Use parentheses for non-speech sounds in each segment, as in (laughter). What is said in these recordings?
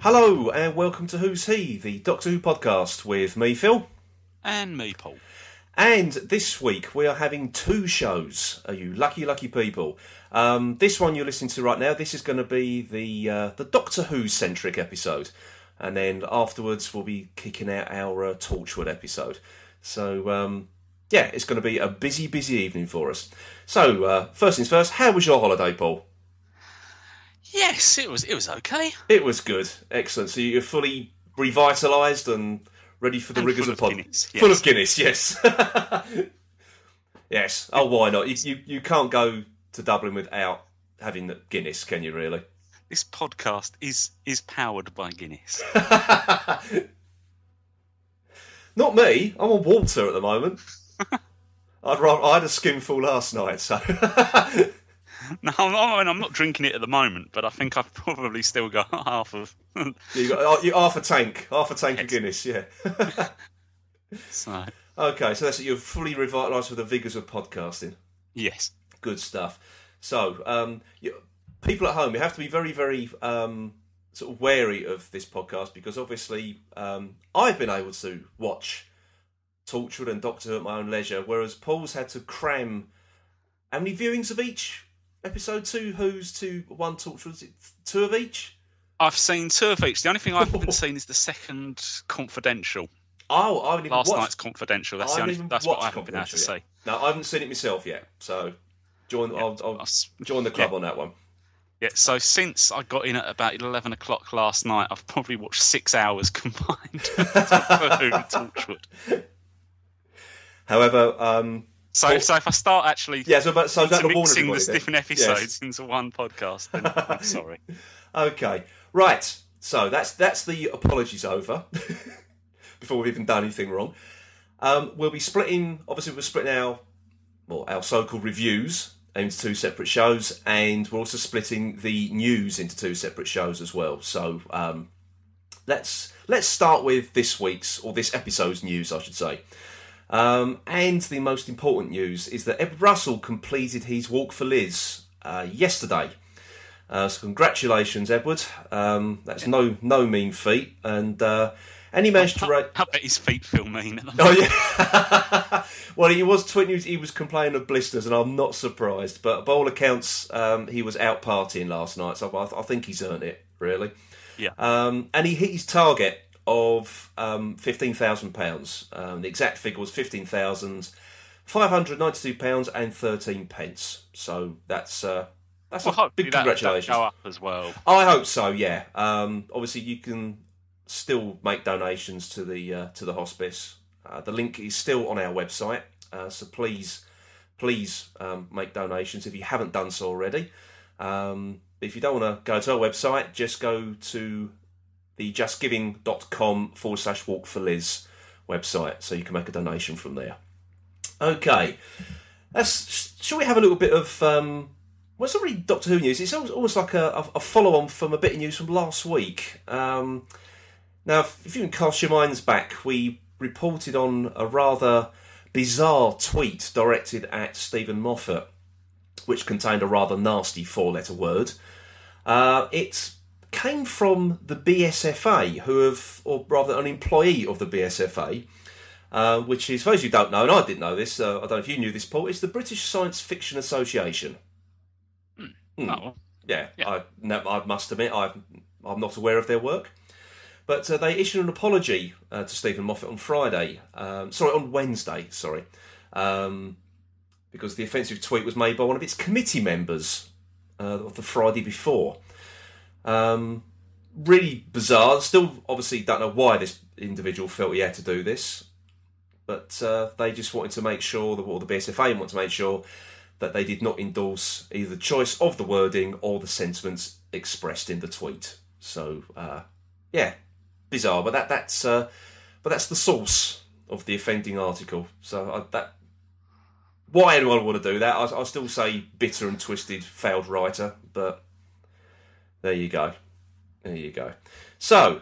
Hello and welcome to Who's He, the Doctor Who podcast with me, Phil. And me, Paul. And this week we are having two shows. Are you lucky, lucky people? Um, this one you're listening to right now. This is going to be the uh, the Doctor Who centric episode, and then afterwards we'll be kicking out our uh, Torchwood episode. So um, yeah, it's going to be a busy, busy evening for us. So uh, first things first, how was your holiday, Paul? Yes, it was. It was okay. It was good, excellent. So you're fully revitalised and ready for the And rigours full of of pod. Guinness, Full yes. of Guinness, yes. (laughs) yes. Oh, why not? You, you you can't go to Dublin without having the Guinness, can you? Really? This podcast is is powered by Guinness. (laughs) Not me. I'm on water at the (laughs) moment. I'd rather, I had a skinful last night, so (laughs) no, I'm, I mean, I'm not drinking it at the moment, but I think I've (laughs) probably still got half of. (laughs) you got uh, you, half a tank, half a tank of Yes. Guinness, yeah. so okay, so that's it. You're fully revitalised with the vigours of podcasting. yes, good stuff. So, um, you, people at home, you have to be very, very um, sort of wary of this podcast because obviously um, I've been able to watch Tortured and Doctor Who at my own leisure, whereas Paul's had to cram how many viewings of each episode? Two Who's to one Tortured? Was it two of each? I've seen two of each. The only thing I (laughs) haven't seen is the second Confidential. Oh, I haven't even Last watched. night's Confidential. That's I the haven't only. even That's what watched I haven't been able to Confidential see. No, I haven't seen it myself yet. So, join. I'll, I I'll s- join the club on that one. Yeah, so since I got in at about 11 o'clock last night, I've probably watched six hours (laughs) combined (laughs) of Doctor Who and Torchwood. However, um, So, so if I start actually yeah. So, but so that to warn mixing the everybody then. different Yes. episodes into one podcast, then (laughs) I'm sorry. Okay, right. So that's that's the apologies over. Before we've even done anything wrong, um, we'll be splitting. Obviously, we're splitting our well our so-called reviews into two separate shows, and we're also splitting the news into two separate shows as well. So um, let's let's start with this week's or this episode's news, I should say. Um, and the most important news is that Edward Russell completed his walk for Liz uh, yesterday. Uh, so congratulations, Edward. Um, that's no no mean feat, and uh, and he managed to ra- I bet his feet feel mean (laughs) at the moment. Oh yeah. (laughs) well, he was tweeting. He was complaining of blisters, and I'm not surprised. But by all accounts, um, he was out partying last night, so I, I think he's earned it. Really. Yeah. Um, and he hit his target of um, fifteen thousand pounds. Um, the exact figure was fifteen thousand five hundred ninety-two pounds and thirteen pence. So that's uh, that's Well, a hopefully big that- that'll congratulations. go up as well. Oh, I hope so. Yeah. Um, obviously, you can still make donations to the uh, to the hospice. Uh, the link is still on our website, uh, so please, please um, make donations if you haven't done so already. Um, if you don't want to go to our website, just go to the justgiving.com forward slash walk for Liz website, so you can make a donation from there. Okay, That's, shall we have a little bit of um, well, it's not really Doctor Who news. It's almost, almost like a, a- a follow-on from a bit of news from last week. Um, now, if if you can cast your minds back, we reported on a rather bizarre tweet directed at Stephen Moffat, which contained a rather nasty four-letter word. Uh, it came from the BSFA, who have, or rather, an employee of the BSFA. Uh, which is, for those who don't know, and I didn't know this, uh, I don't know if you knew this, Paul, it's the British Science Fiction Association. Hmm. Oh, well, Yeah, Yeah. I, no, I must admit, I've, I'm not aware of their work. But uh, they issued an apology uh, to Stephen Moffat on Friday, um, sorry, on Wednesday, sorry, um, because the offensive tweet was made by one of its committee members uh, of the Friday before. Um, really bizarre. Still, obviously, don't know why this individual felt he had to do this, but uh, they just wanted to make sure that, or the BSFA wanted to make sure that they did not endorse either the choice of the wording or the sentiments expressed in the tweet. So uh, yeah, bizarre, but that that's uh, but that's the source of the offending article. So I, that why anyone would want to do that, I, I still say bitter and twisted failed writer. But there you go, there you go. So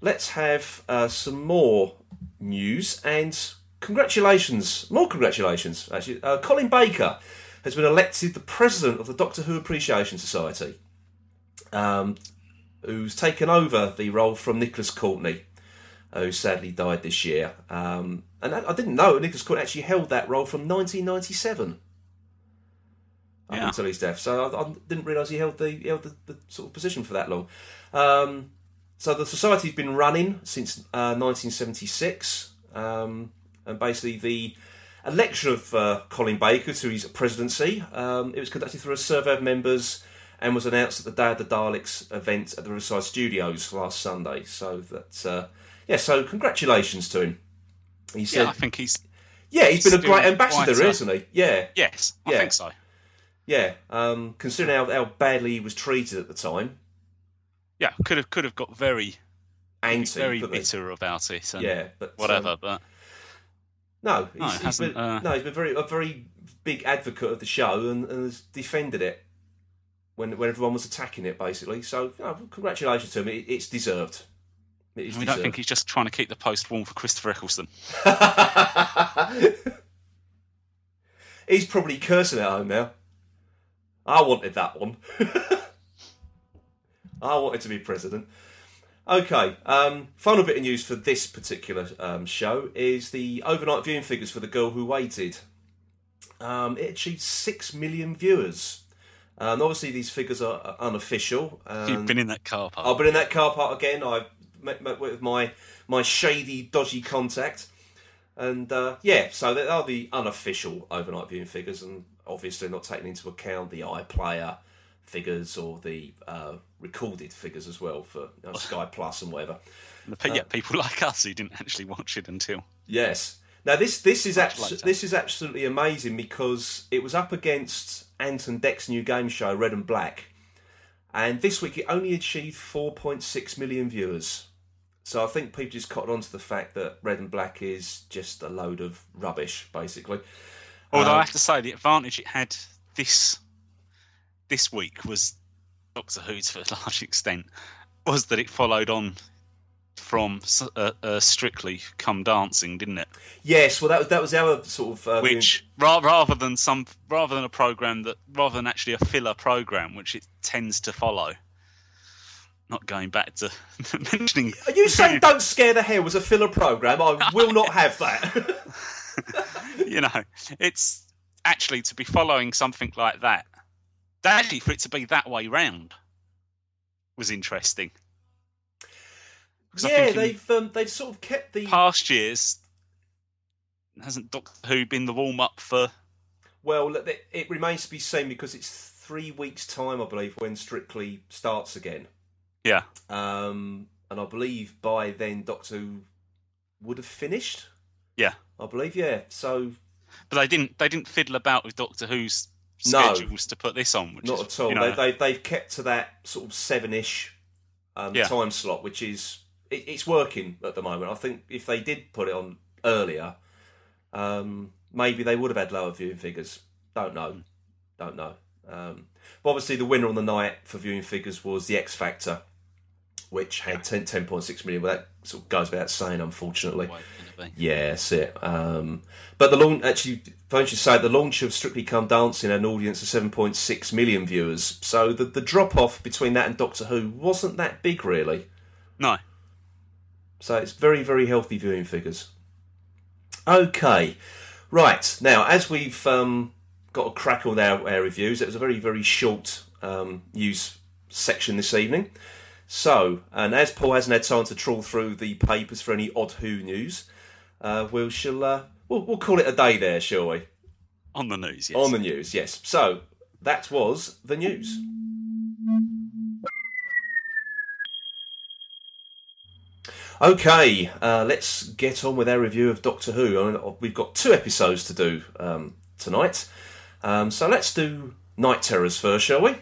let's have uh, some more news and congratulations, more congratulations actually. Uh, Colin Baker has been elected the president of the Doctor Who Appreciation Society. Um, who's taken over the role from Nicholas Courtney, who sadly died this year. Um, and I, I didn't know Nicholas Courtney actually held that role from 1997 up Yeah. until his death. So I, I didn't realise he held the he held the, the sort of position for that long. Um, so the society's been running since uh, 1976, um, and basically the election of uh, Colin Baker to his presidency. Um, it was conducted through a survey of members and was announced at the Day of the Daleks event at the Riverside Studios last Sunday. So that uh, yeah, so congratulations to him. He Yeah, said, I think he's. yeah, he's been a great doing ambassador, quite a- isn't he? Yeah, Yes, I Yeah. think so. yeah. Um, considering how, how badly he was treated at the time, Yeah, could have could have got very anti, very couldn't he? bitter about it and yeah, but um, whatever. but No, No, he's, it he's hasn't, been, uh, no, he's been very a very big advocate of the show and, and has defended it when when everyone was attacking it, basically. So, you know, congratulations to him. It, it's deserved. It is we deserved. don't think he's just trying to keep the post warm for Christopher Eccleston. (laughs) he's probably cursing at home now. I wanted that one. (laughs) I wanted to be president. Okay, um, final bit of news for this particular um, show is the overnight viewing figures for The Girl Who Waited. Um, it achieved 6 million viewers. And obviously, these figures are are unofficial. Um, You've and- been in that car park. I've been in that car park again. I've met, met with my my shady, dodgy contact, and uh, yeah, so they are the unofficial overnight viewing figures, and obviously not taking into account the iPlayer figures or the uh, recorded figures as well for you know, Sky Plus and whatever. And the uh, pe- yeah, people (laughs) like us who didn't actually watch it until Yes. Now this this is abs- later. this is absolutely amazing because it was up against Anton Deck's new game show Red and Black, and this week it only achieved 4.6 million viewers. So I think people just caught on to the fact that Red and Black is just a load of rubbish, basically. Although Um, I have to say, the advantage it had this this week was Doctor Who's, for a (laughs) large extent, was that it followed on from S- uh, uh, Strictly Come Dancing, didn't it? Yes, well that was that was our sort of uh, Which ra- rather than some, rather than a program that, rather than actually a filler program, which it tends to follow. Not going back to (laughs) mentioning. Are you (laughs) saying "Don't Scare the Hair" was a filler program? I will not have that. (laughs) you know, it's actually to be following something like that. Actually, for it to be that way round was interesting. (laughs) 'Cause I yeah, think in they've um, they've sort of kept the past years hasn't Doctor Who been the warm up for? Well, look, it it remains to be seen because it's three weeks' time, I believe, when Strictly starts again. Yeah, Um, and I believe by then Doctor Who would have finished. Yeah. I believe, yeah. So but they didn't. They didn't fiddle about with Doctor Who's No. schedules to put this on. Which not is, at all. you know, they, they, they've kept to that sort of seven-ish um, Yeah. time slot, which is it, it's working at the moment. I think if they did put it on earlier, um, maybe they would have had lower viewing figures. Don't Hmm. know. Don't know. Um, but obviously, the winner on the night for viewing figures was the X Factor, which had 10, 10.6 million. Well, that sort of goes without saying, unfortunately. way it's gonna be. Yeah, that's it. Um, but the launch, actually, don't you say the launch of Strictly Come Dancing had an audience of 7.6 million viewers. So the, the drop off between that and Doctor Who wasn't that big, really. No, So it's very, very healthy viewing figures. Okay, right now as we've um, got a crack on our, our reviews, it was a very, very short um, news section this evening. So, and as Paul hasn't had time to trawl through the papers for any odd Who news, uh, we'll shall uh, we'll, we'll call it a day there, shall we? on the news. Yes. On the news, yes. So that was the news. Okay, uh, let's get on with our review of Doctor Who. I mean, we've got two episodes to do um, tonight, um, so let's do Night Terrors first, shall we?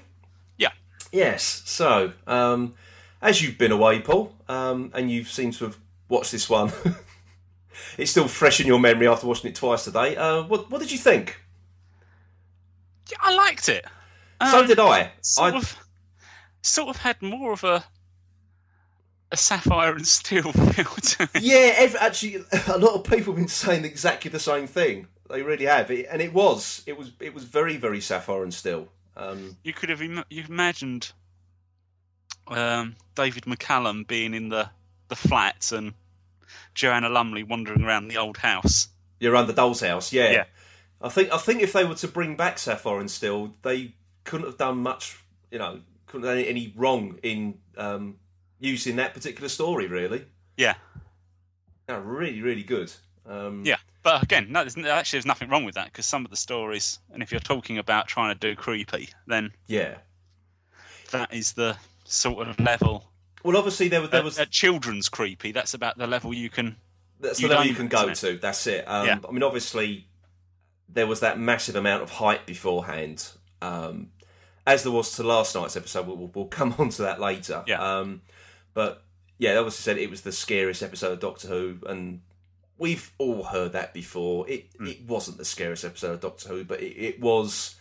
yeah, Yes. So, um, as you've been away, Paul, um, and you seem to have watched this one, (laughs) it's still fresh in your memory after watching it twice today. Uh, what, what did you think? yeah, I liked it. So Um, did I. sort I of sort of had more of a a sapphire and steel (laughs) feel to it. yeah, ev actually, (laughs) a lot of people have been saying exactly the same thing. They really have, It- and it was, it was, it was very, very sapphire and still. Um, You could have Im- you imagined um, David McCallum being in the the flat and Joanna Lumley wandering around the old house. You're around the doll's house, yeah. Yeah. I think I think if they were to bring back Saffron still, they couldn't have done much, you know, couldn't have done any wrong in um, using that particular story. Really, Yeah, no, really, really good. Um, yeah. But again, no, there's, actually, there's nothing wrong with that because some of the stories, and if you're talking about trying to do creepy, then yeah. that is the sort of level. Well, obviously there, was- there was at, at children's creepy. That's about the level you can. that's you the level don't, you can go isn't to. That's it. Um, Yeah. I mean, obviously, there was that massive amount of hype beforehand, um, as there was to last night's episode. We'll, we'll come (laughs) on to that later. Yeah. Um, but yeah, they obviously said it was the scariest episode of Doctor Who, and we've all heard that before. It Hmm. it wasn't the scariest episode of Doctor Who, but it, it was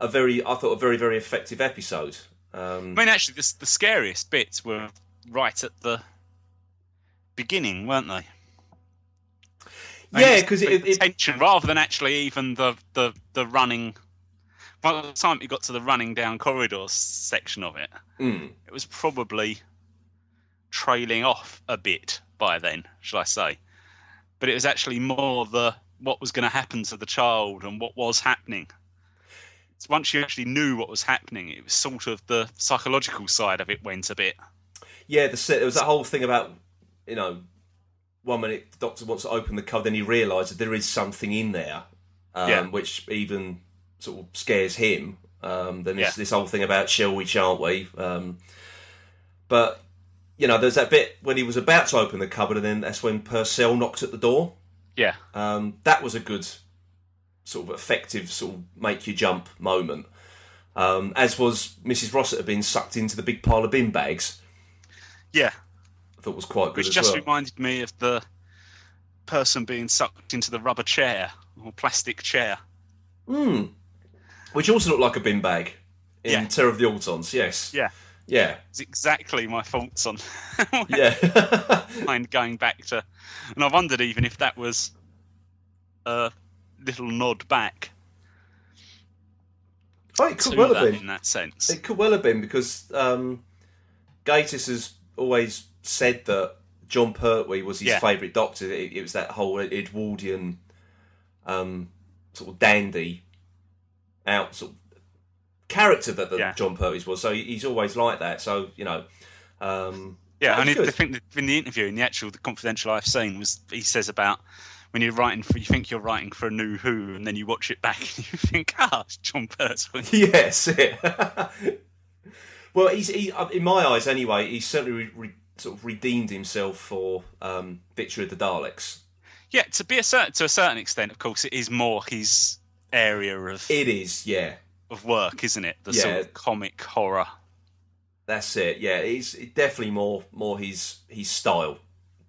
a very, I thought, a very very effective episode. Um, I mean, actually, the, the scariest bits were right at the beginning, weren't they? I mean, yeah, just because the it, it, tension rather than actually even the the the running. By the time it got to the running down corridors section of it, mm, it was probably trailing off a bit by then, shall I say? But it was actually more the what was going to happen to the child and what was happening. So once you actually knew what was happening, it was sort of the psychological side of it went a bit. Yeah, the set, there was that whole thing about you know, one minute the doctor wants to open the cover, then he realises there is something in there, um, Yeah. which even sort of scares him. Um, then this, Yeah. this whole thing about shall we, shan't we? Um, but you know, there's that bit when he was about to open the cupboard, and then that's when Purcell knocked at the door. Yeah, Um, that was a good sort of effective sort of make you jump moment. Um, as was Mrs. Rossiter being sucked into the big pile of bin bags. yeah. I thought was quite good Which as just well. reminded me of the person being sucked into the rubber chair or plastic chair. Hmm. Which also looked like a bin bag in Yeah. Terror of the Autons, yes. Yeah. Yeah. It's exactly my thoughts on (laughs) Yeah. (laughs) mind going back to, and I wondered even if that was a little nod back oh, it to could well that have in been. that sense. It could well have been because um, Gatiss has always said that John Pertwee was his Yeah. favourite doctor. It, it was that whole Edwardian um, sort of dandy out sort of character that the Yeah. John Pertwee's was. So he- he's always like that. So, you know. Um, yeah, that's and it, good. I think that in the interview, in the actual the confidential I've seen was he says about when you're writing for you think you're writing for a new Who, and then you watch it back (laughs) and you think, ah, it's John Pertwee. (laughs) yes. yeah. well, he's he, uh, in my eyes anyway. He's certainly re, re, sort of redeemed himself for um, Victory of the Daleks. Yeah, to be a certain to a certain extent, of course, it is more his area of It is, yeah. of work, isn't it? The sort Yeah. of comic horror. That's it. Yeah, it's definitely more more his his style,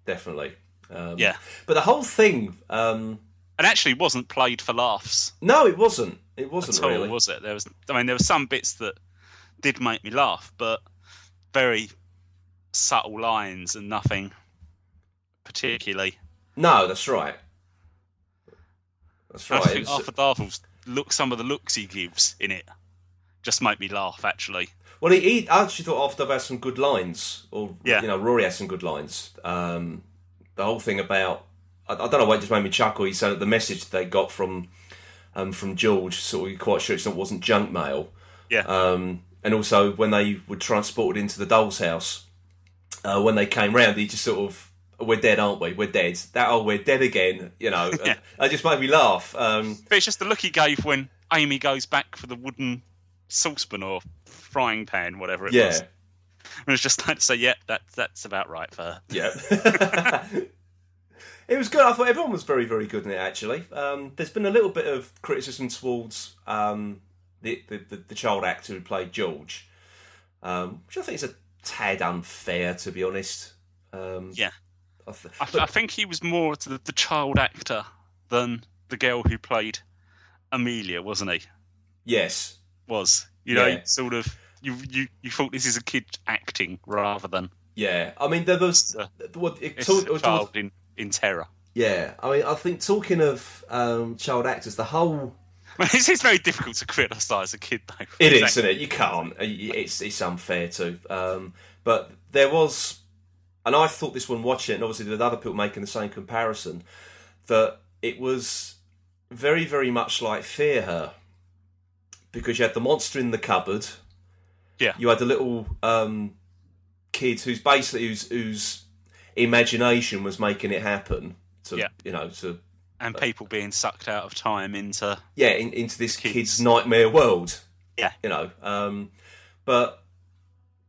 definitely. Um, Yeah. But the whole thing, um, And actually, wasn't played for laughs. no, it wasn't. It wasn't at all, really. was it? There was, I mean, there were some bits that did make me laugh, but very subtle lines and nothing particularly. No, that's right. That's (laughs) right. I It think was- Arthur Darvill's look, some of the looks he gives in it, just make me laugh. Actually, Well, he, he I actually thought after had some good lines, or Yeah. you know, Rory had some good lines. Um, the whole thing about I, I don't know why it just made me chuckle. He said that the message they got from um, from George, sort of you're quite sure it's not wasn't junk mail. Yeah. Um, and also when they were transported into the doll's house, uh, when they came round, he just sort of we're dead, aren't we? We're dead. That oh, we're dead again. You know, (laughs) Yeah. and that just made me laugh. Um, but it's just the look he gave when Amy goes back for the wooden saucepan or frying pan, whatever it yeah. was. And it's just like to say, yeah, that that's about right for her. Yeah. (laughs) it was good. I thought everyone was very, very good in it, actually. Um, there's been a little bit of criticism towards um, the, the, the, the child actor who played George, um, which I think is a tad unfair, to be honest. Um, Yeah. I th- I, I think he was more to the, the child actor than the girl who played Amelia, wasn't he? yes. Was you know Yeah. sort of you you you thought this is a kid acting rather than Yeah. I mean, there was. Uh, What, it, it's talk- a talk- child in in terror. (laughs) yeah. I mean, I think talking of um, child actors, the whole. Well, it's, it's very difficult to criticise a kid though. It is, Exactly. isn't it? You can't. Uh, y- It's it's unfair to. Um, But there was, and I thought this one watching it, and obviously the other people making the same comparison, that it was very, very much like Fear Her, because you had the monster in the cupboard. Yeah. You had the little um, kid who's basically whose whose imagination was making it happen. To Yeah. you know to and people being sucked out of time into yeah in, into this Kids. kid's nightmare world. Yeah. You know, um, but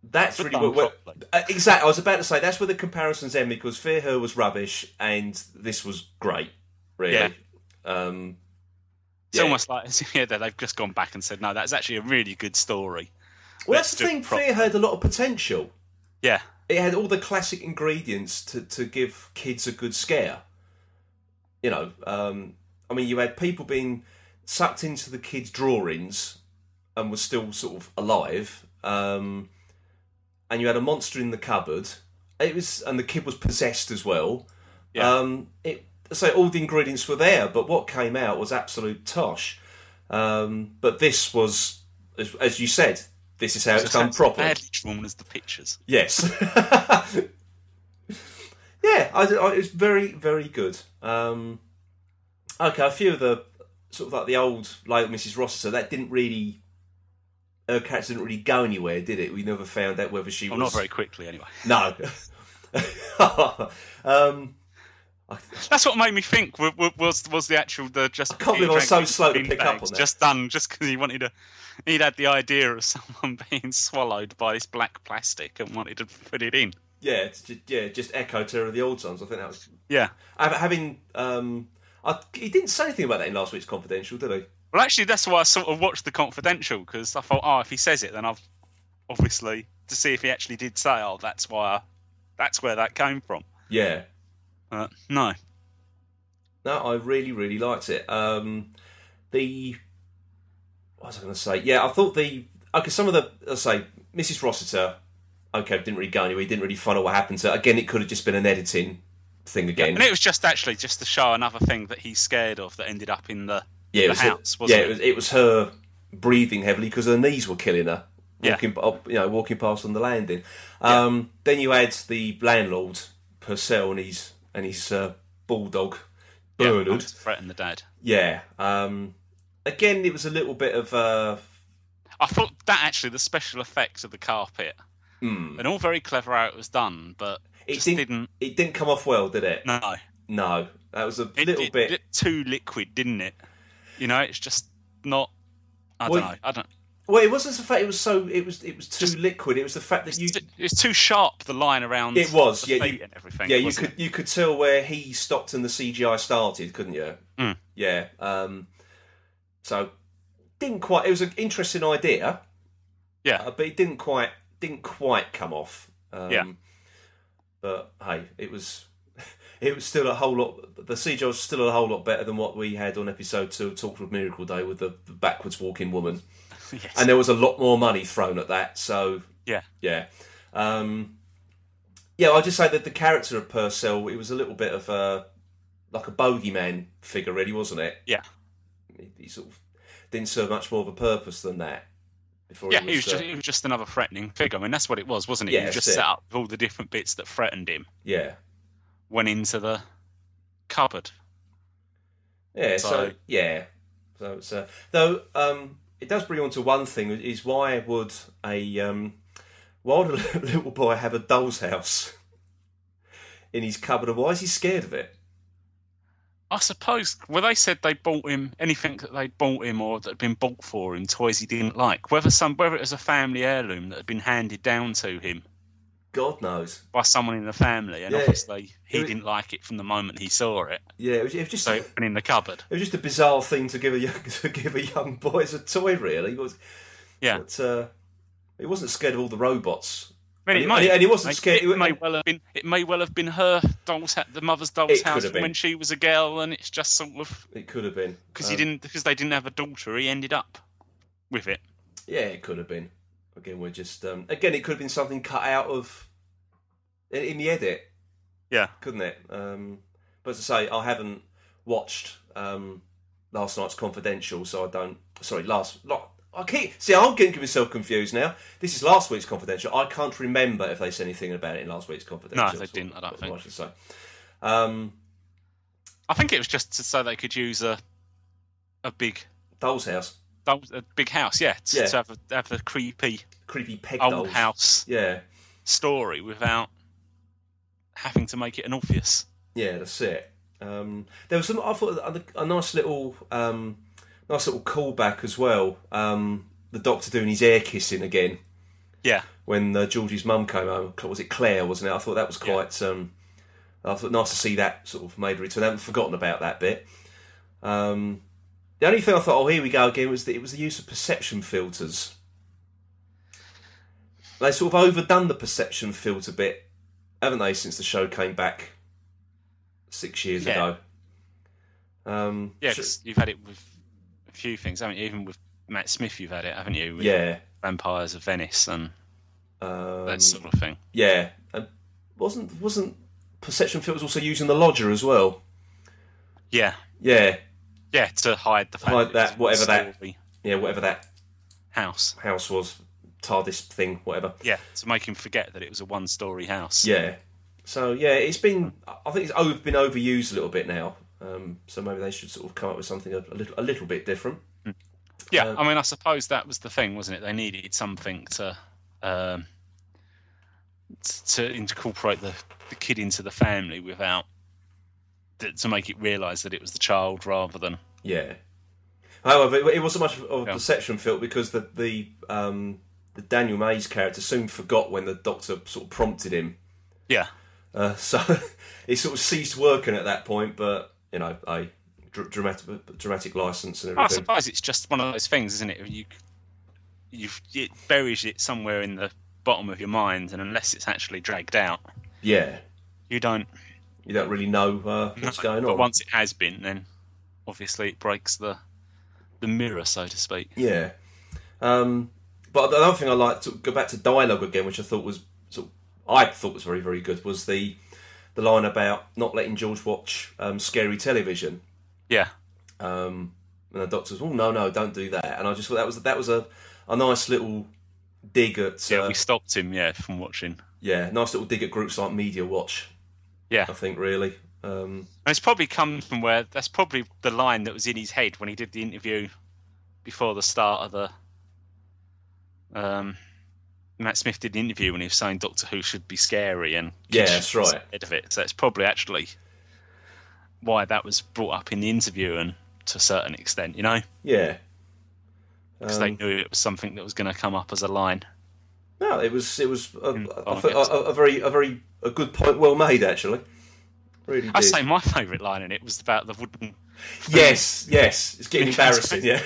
that's But really done what. what- properly. uh, exactly. I was about to say that's where the comparisons end because Fear Her was rubbish and this was great. Really. Yeah. Um, It's yeah. almost like (laughs) yeah, they- they've just gone back and said, no, that's actually a really good story. Well, let's that's the do it thing. properly. Fear had a lot of potential. Yeah, it had all the classic ingredients to, to give kids a good scare. You know, um, I mean, you had people being sucked into the kids' drawings and were still sort of alive, um, and you had a monster in the cupboard. It was, and the kid was possessed as well. Yeah. Um, it, so all the ingredients were there, but what came out was absolute tosh. Um, but this was, as, as you said, this is how it's done Sounds properly. Badly drawn as the pictures. Yes. (laughs) yeah, I, I, it's very, very good. Um, okay, a few of the sort of like the old like Mrs. Ross, so that didn't really her character didn't really go anywhere, did it? We never found out whether she Well, not was very quickly, anyway. (laughs) no. (laughs) um, That's what made me think wa- wa- was was the actual the just. I can't believe I was so slow to pick up on that. Just done, just because he wanted to. He'd had the idea of (laughs) someone being swallowed by this black plastic and wanted to put it in. yeah, it's just, yeah, just echo Terror of the Old Times. I think that was Yeah. ha- having. Um, I, he didn't say anything about that in last week's Confidential, did he? Well, actually, that's why I sort of watched the confidential because I thought, oh, if he says it, then I've obviously to see if he actually did say, oh, that's why, I, that's where that came from. Yeah, Uh, no, No, I really, really liked it. Um, the what was I going to say? Yeah, I thought the okay. Some of the I say Mrs. Rossiter. Okay, didn't really go anywhere. Didn't really find out what happened. So again, it could have just been an editing thing again. and it was just actually just to show another thing that he's scared of that ended up in the yeah, it the was house, Her, yeah, wasn't it? it? was. It was her breathing heavily because her knees were killing her. Yeah. Walking, up, you know, walking past on the landing. Um, Then you had the landlord Purcell and his and his uh, bulldog yeah, Bernard. to threaten the dad. Yeah. Um, again, it was a little bit of uh, I thought that actually the special effects of the carpet hmm. and all very clever how it was done, but It just didn't- didn't. It didn't come off well, did it? No, No, that was a it, little it- bit. it too liquid, didn't it? You know, it's just not. I Well, don't know. I don't. Well, it wasn't the fact it was so. It was. It was too Just- liquid. It was the fact that you. It's too, it's too sharp the line around. It was, the yeah, feet you- and everything. Yeah, you wasn't could you could tell where he stopped and the CGI started, couldn't you? Mm. Yeah. Um, so didn't quite. It was an interesting idea. Yeah. uh, but it didn't quite didn't quite come off. Um, Yeah. But hey, it was (laughs) it was still a whole lot. The CGI was still a whole lot better than what we had on episode two of Talks with Miracle Day with the, the backwards walking woman, it? (laughs) Yes. and there was a lot more money thrown at that. So Yeah. yeah, um, yeah. I'll just say that the character of Purcell, it was a little bit of a like a bogeyman figure, really, wasn't it? Yeah. He- He sort of didn't serve much more of a purpose than that. Before yeah, it was, uh, just, it was just another threatening figure. I mean, that's what it was, wasn't it? Yeah, you that's just it. set up all the different bits that threatened him, yeah. went into the cupboard. Yeah, so, So- yeah, so it's uh, though um, it does bring on to one thing is why would a um, why would a (laughs) little boy have a doll's house in his cupboard? And why is he scared of it? I suppose. Well, they said they bought him anything that they bought him or that had been bought for him, toys he didn't like. Whether some, whether it was a family heirloom that had been handed down to him God knows. by someone in the family, and Yeah. obviously he It was- didn't like it from the moment he saw it, Yeah, it was, it was just so it went in the cupboard. it was just a bizarre thing to give a young, (laughs) to give a young boy as a toy, really. It was- Yeah. but uh, he wasn't scared of all the robots. I mean, And it he- might- and he- and he wasn't like, scared- It may well have been. It may well have been her doll's, ha- the mother's doll's It could house have been. when she was a girl, and it's just sort of It could have been because Um, he didn't because they didn't have a daughter. He ended up with it. Yeah, it could have been. Again, we're just um, again, it could have been something cut out of in, in the edit, Yeah, couldn't it? Um, but as I say, I haven't watched um, last night's Confidential, so I don't. Sorry, last lot I keep see. I'm getting myself confused now. This is last week's confidential. I can't remember if they said anything about it in last week's confidential. they is didn't, what- I don't what think. I should say. Um, I think it was just to, so they could use a a big Doll's House, a big house, yeah, to, Yeah. to have a, have a creepy creepy peg old dolls. house Yeah, story without having to make it an obvious. yeah, that's it. Um, there was some. I thought a, a nice little, um, nice little callback as well. Um, the Doctor doing his air kissing again. Yeah, when uh, Georgie's mum came home. Was it Claire? Wasn't it? I thought that was quite. Um, I thought nice to see that sort of made a return. I haven't forgotten about that bit. Um, the only thing I thought, oh, here we go again, was that it was the use of perception filters. They sort of overdone the perception filter bit, haven't they? Since the show came back six years Yeah. ago. Um, yeah, so- 'cause you've had it with a few things, haven't you? Even with Matt Smith, you've had it, haven't you? With yeah. Vampires of Venice and Um, that sort of thing. yeah, and wasn't wasn't perception filters also using the lodger as well? Yeah, Yeah, yeah, to hide the fact Hide it that, was whatever a that- story yeah, whatever that house. house was, TARDIS thing, whatever. Yeah, to make him forget that it was a one-story house. Yeah. So yeah, it's been. I think it's over, been overused a little bit now. Um, so maybe they should sort of come up with something a, a little a little bit different. Yeah, Uh, I mean, I suppose that was the thing, wasn't it? They needed something to um, t- to incorporate the, the kid into the family without to, to make it realise that it was the child rather than Yeah. However, it, it wasn't much of a Yeah. perception filter because the the um, the Daniel Mays character soon forgot when the Doctor sort of prompted him. yeah, Uh, (laughs) so it sort of ceased working at that point. But you know, a dr- dramatic dramatic license and I everything. suppose it's just one of those things, isn't it? You you've it buries it somewhere in the bottom of your mind, and unless it's actually dragged out, Yeah. you don't. You don't really know uh, what's going But on. once it has been, then obviously it breaks the the mirror, so to speak. Yeah. Um, but the other thing I like to go back to dialogue again, which I thought was sort of, I thought was very very good, was the the line about not letting George watch um, scary television. Yeah, Um, and the doctor's, oh no no, don't do that. And I just thought that was that was a, a nice little dig at yeah, uh, we stopped him, yeah, from watching. yeah, nice little dig at groups like Media Watch. Yeah. I think really. Um, And it's probably come from where that's probably the line that was in his head when he did the interview before the start of the. Um, Matt Smith did the interview when he was saying Doctor Who should be scary and Yeah, kids that's should be right. scared of it. So it's probably actually why that was brought up in the interview and to a certain extent, you know, yeah. because Um, they knew it was something that was going to come up as a line. No, it was it was a, a, oh, a, a- a very a very a good point, well made actually. Really, I'd did. say my favourite line in it was about the wooden. (laughs) yes, yes, it's getting embarrassing. Yeah,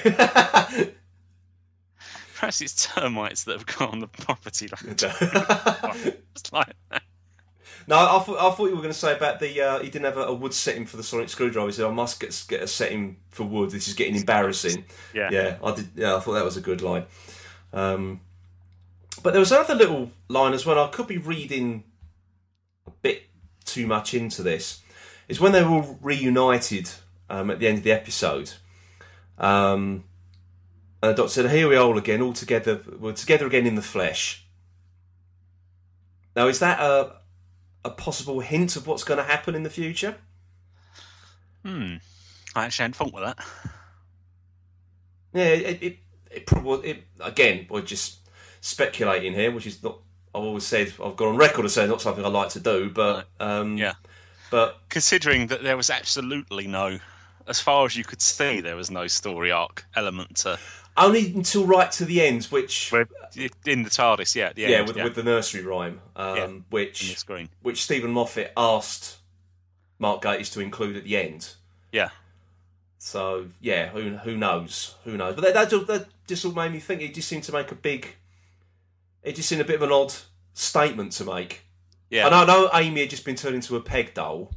Perhaps it's termites that have got on (laughs) the property. (laughs) Like, it's like that. no, I thought I thought you were going to say about the uh, he didn't have a, a wood setting for the sonic screwdriver. He said, "I must get, get a setting for wood. This is getting embarrassing." Yeah. yeah, I did. Yeah, I thought that was a good line. Um, but there was another little line as well. I could be reading a bit too much into this. Is when they were reunited um, at the end of the episode. Um, and the doctor said, "Here we are all again, all together. We're together again in the flesh." Now, is that a a possible hint of what's going to happen in the future? Hmm. I actually hadn't thought with that. Yeah, it it, it probably it, again we're just speculating here, which is not. I've always said I've got on record as saying not something I like to do, but um, Yeah. but Considering that there was absolutely no, as far as you could see, there was no story arc element to only until right to the end, which in the TARDIS. Yeah, at the yeah, end, with, with the nursery rhyme, um, Yeah. on the which screen. which Stephen Moffat asked Mark Gatiss to include at the end. Yeah, So yeah, who who knows? Who knows? But that that, just- that just all made me think. It just seemed to make a big. It just seemed a bit of an odd statement to make. yeah. And I know Amy had just been turned into a peg doll.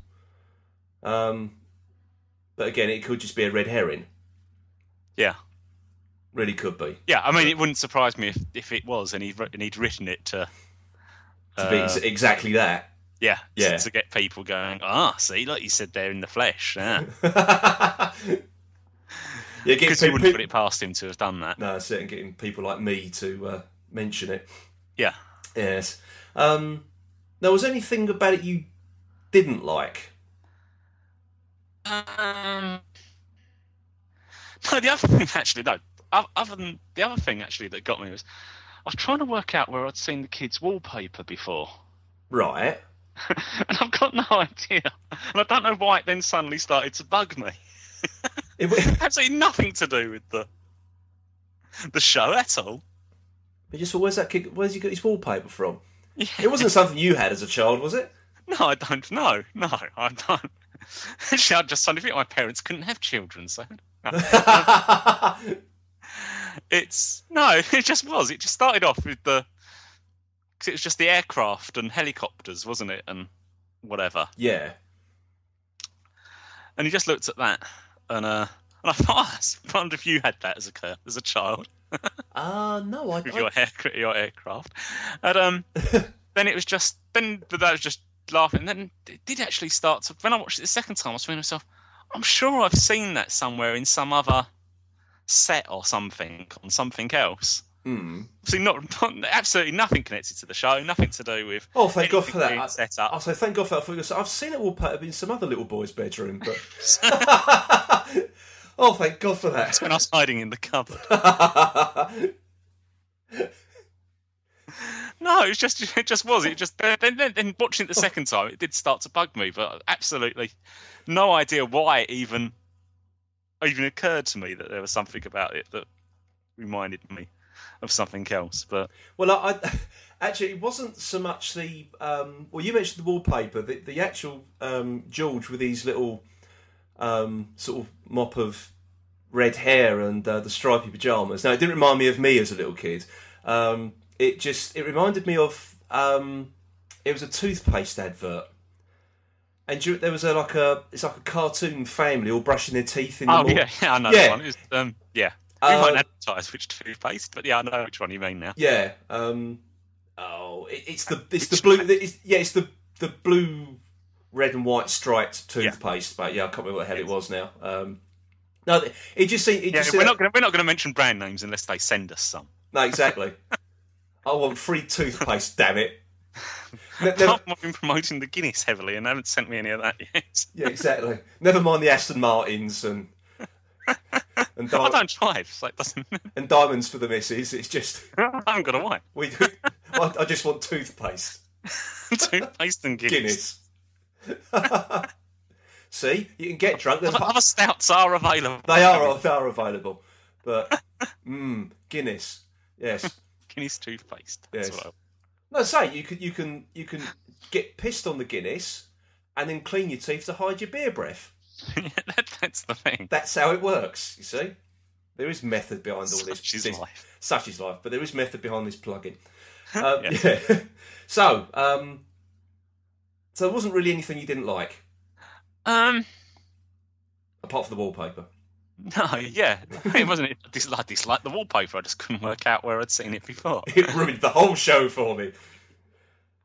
Um, but again, it could just be a red herring. Yeah. Really could be. Yeah, I mean, it wouldn't surprise me if, if it was, and he'd, wr- and he'd written it to, To be uh, ex- exactly that. (laughs) yeah, Yeah. To, to get people going. Ah, see, like you said, they're in the flesh. Yeah, and Yeah, get Because you people- wouldn't put it past him to have done that. No, that's it, and getting people like me to uh, mention it. Yeah. Yes. Um, now, was there anything about it you didn't like? Um, no, the other thing (laughs) actually, no. o- Other than the other thing actually that got me was I was trying to work out where I'd seen the kids' wallpaper before, (laughs) Right. and I've got no (laughs) idea, and I don't know why it then suddenly started to bug me. (laughs) It, (laughs) w- Absolutely nothing to do with the the show at all. I just thought, where's that kid? Where's he got his wallpaper from? Yeah. It (laughs) wasn't something you had as a child, was it? No, I don't know. No, I don't. (laughs) Actually, I just suddenly think my parents couldn't have children, so it's no, (laughs) it just was. It just started off with the because it was just the aircraft and helicopters, wasn't it, and whatever. (laughs) yeah. And you just looked at that, and uh, and I (laughs) thought, oh, I wonder if you had that as a cur- as a child (laughs) Uh, no, I, with I your air your aircraft, and um, then it was just then but that was just laughing. And then it did actually start to when I watched it the second time, I was thinking to myself, I'm sure I've seen that somewhere in some other set or something on something else. Hmm. See, not, not absolutely nothing connected to the show, nothing to do with. Oh, thank God for anything that. being (laughs) Set up. I'll say thank God for that. For you. So I've seen it wallpaper in some other little boy's bedroom, but (laughs) oh, thank God for that. (laughs) That's when I was hiding in the cupboard. No, it was just it just was. It just then then, then watching Oh. it the second time, it did start to bug me. But absolutely, no idea why it even even occurred to me that there was something about it that reminded me of something else. But well, I, (laughs) I actually it wasn't so much the um, well you mentioned the wallpaper, the, the actual um, George with his little um, sort of mop of red hair and uh, the stripy pajamas. Now it didn't remind me of me as a little kid. Um, it just it reminded me of um, it was a toothpaste advert. And do you- there was a like a it's like a cartoon family all brushing their teeth in the oh morning. yeah, (laughs) yeah, I know Yeah. that one. It was, um, yeah, we Uh, won't advertise which toothpaste, but yeah, I know which one you mean now. Yeah. Um, oh, it, it's the it's the It's blue. black. It's, yeah, it's the the blue, red and white striped toothpaste. But yeah, I can't remember what the hell it was now. Um, no, it just seemed. It Yeah, just we're seemed- not gonna, we're not going to mention brand names unless they send us some. No, exactly. I want free toothpaste. (laughs) damn it. Ne- never, Apart from I've been promoting the Guinness heavily and they haven't sent me any of that yet. (laughs) yeah, exactly. Never mind the Aston Martins and and, (laughs) I di- don't drive, so it doesn't. (laughs) and diamonds for the missus. It's just I haven't got a wife. we. Do, (laughs) I, I just want toothpaste. (laughs) Toothpaste and Guinness. Guinness. (laughs) See, you can get drunk. There's (laughs) Other other stouts are available. They are they are available, but mm, Guinness. Yes. Guinness toothpaste. That's Yes. what I- No, say you can you can you can get pissed on the Guinness and then clean your teeth to hide your beer breath. (laughs) Yeah, that, that's the thing. That's how it works. You see, there is method behind all this. Such is this- life. Such is life, but there is method behind this plug-in. Um, Yes. yeah. (laughs) So, um, so there wasn't really anything you didn't like Um, apart from the wallpaper. no, yeah, it wasn't. It. I disliked, I disliked the wallpaper. I just couldn't work out where I'd seen it (laughs) before. it ruined the whole show for me.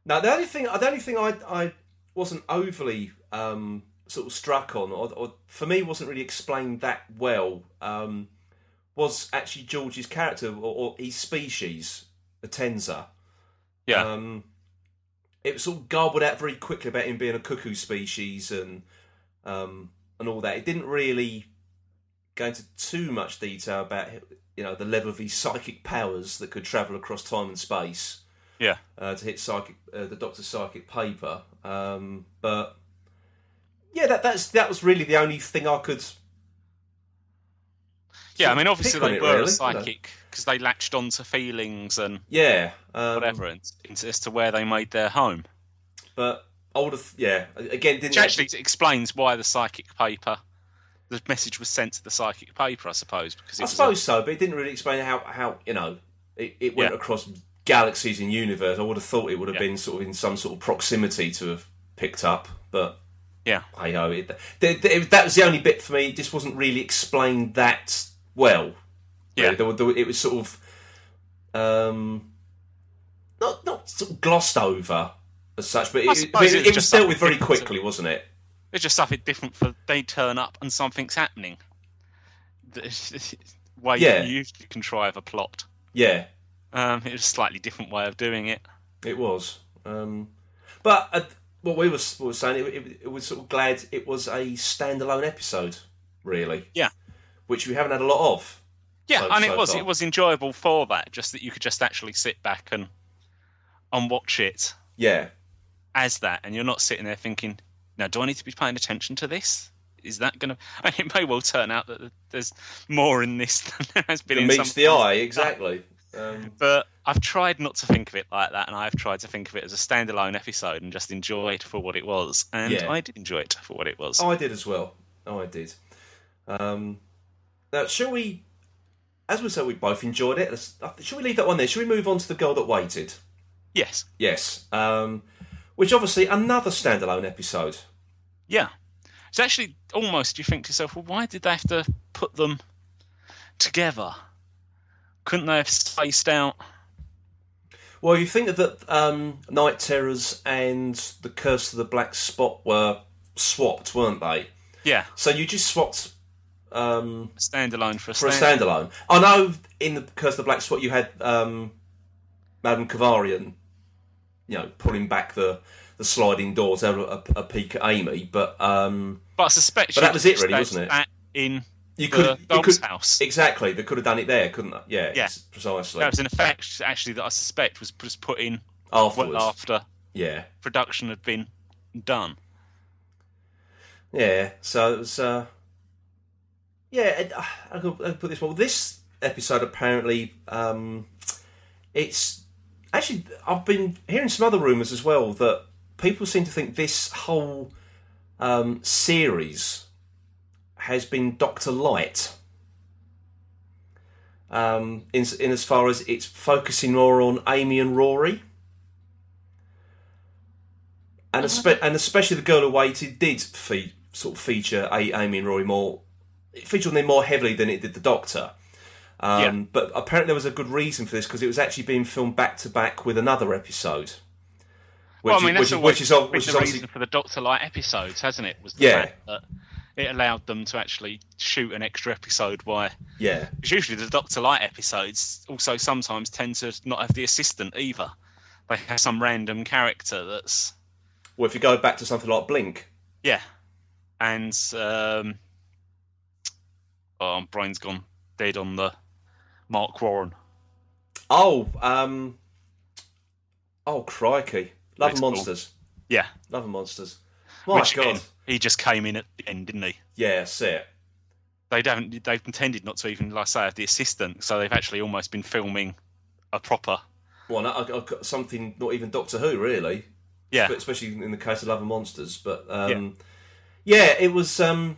Now the only thing, the only thing I, I wasn't overly um, sort of struck on, or, or for me wasn't really explained that well, um, was actually George's character or, or his species, the Tenza. Yeah. Um, it was all garbled out very quickly about him being a cuckoo species and um, and all that. It didn't really go into too much detail about you know the level of his psychic powers that could travel across time and space. Yeah. uh, to hit psychic uh, the Doctor's psychic paper, um, but yeah, that that's that was really the only thing I could. Yeah, I mean, obviously Pick on they it, were really, a you know. psychic because they latched onto feelings and Yeah, um, whatever and, and as to where they made their home. But I would have yeah again didn't Which actually explains why the psychic paper, the message was sent to the psychic paper, I suppose. Because it I was a- suppose so, but it didn't really explain how how you know it, it went Yeah. across galaxies and universe. I would have thought it would have Yeah. been sort of in some sort of proximity to have picked up, but Yeah. I know it, th- th- that was the only bit for me. It just wasn't really explained that well. Yeah. Really. There were- there were- it was sort of um, not not sort of glossed over as such, but it, I I mean, suppose it it was was, just dealt with very something different to- quickly, wasn't it? It's just something different for they turn up and something's happening. the (laughs) way Yeah. you usually contrive a plot. Yeah, Um, it was a slightly different way of doing it. it was. Um, but uh, what we were, we were saying, it, it, it was sort of glad it was a standalone episode, really. Yeah. Which we haven't had a lot of. Yeah, So- and it so was far. it was enjoyable for that. Just that you could just actually sit back and and watch it Yeah. as that, and you're not sitting there thinking, "Now, do I need to be paying attention to this? Is that (laughs) going to?" And it may well turn out that there's more in this than there has been It in meets some. the eye, exactly. Um, But I've tried not to think of it like that, and I've tried to think of it as a standalone episode and just enjoy it for what it was. And Yeah. I did enjoy it for what it was. I did as well. I did. Um, now, shall we? As we said, we both enjoyed it. Let's- I think- Shall we leave that one there? Shall we move on to the girl that waited? Yes. Yes. Um, which obviously another standalone episode. Yeah. It's actually almost you think to yourself, well, why did they have to put them together? Couldn't they have spaced out? Well, you think that um, Night Terrors and the Curse of the Black Spot were swapped, weren't they? Yeah, So you just swapped um, a standalone for a, for a stand- standalone. I know in the Curse of the Black Spot you had um, Madame Kavarian, you know, pulling back the, the sliding door to have a, a, a peek at Amy, but um, But I suspect But she that was it, just really, staged wasn't it? That in you the could, you doll's could house. exactly they could have done it there, couldn't they? Yeah, Yeah. ex- precisely. that was an effect actually that I suspect was just put in Afterwards, well after yeah, production had been done. yeah. So it was, uh, yeah. and, uh, I could, I could put this one. This episode apparently, um, it's actually I've been hearing some other rumours as well that people seem to think this whole um, series has been Doctor Light. Um, in, in as far as it's focusing more on Amy and Rory, and, espe- and especially the girl who waited did fe- sort of feature a- Amy and Rory more, it featured on them more heavily than it did the Doctor. Um, Yeah. But apparently there was a good reason for this because it was actually being filmed back to back with another episode. Which, well, I mean, is, which, that's is- always which is, ob- been which is the obviously reason for the Doctor Light episodes, hasn't it? Was the Yeah. fact that it allowed them to actually shoot an extra episode while yeah, Because usually the Doctor Light episodes also sometimes tend to not have the assistant either. They have some random character that's Well, if you go back to something like Blink, yeah, and um, oh, my brain's gone dead on the Mark Warren. oh, um, oh crikey, Love and That's cool. Monsters, Yeah, Love and Monsters. My which God, again, he just came in at the end, didn't he? yeah, that's it. They don't. They've intended not to even, like I say, have the assistant. So they've actually almost been filming a proper. Well, I, I, got something not even Doctor Who really, Yeah, but especially in the case of Love and Monsters. But um, yeah. it was. Um,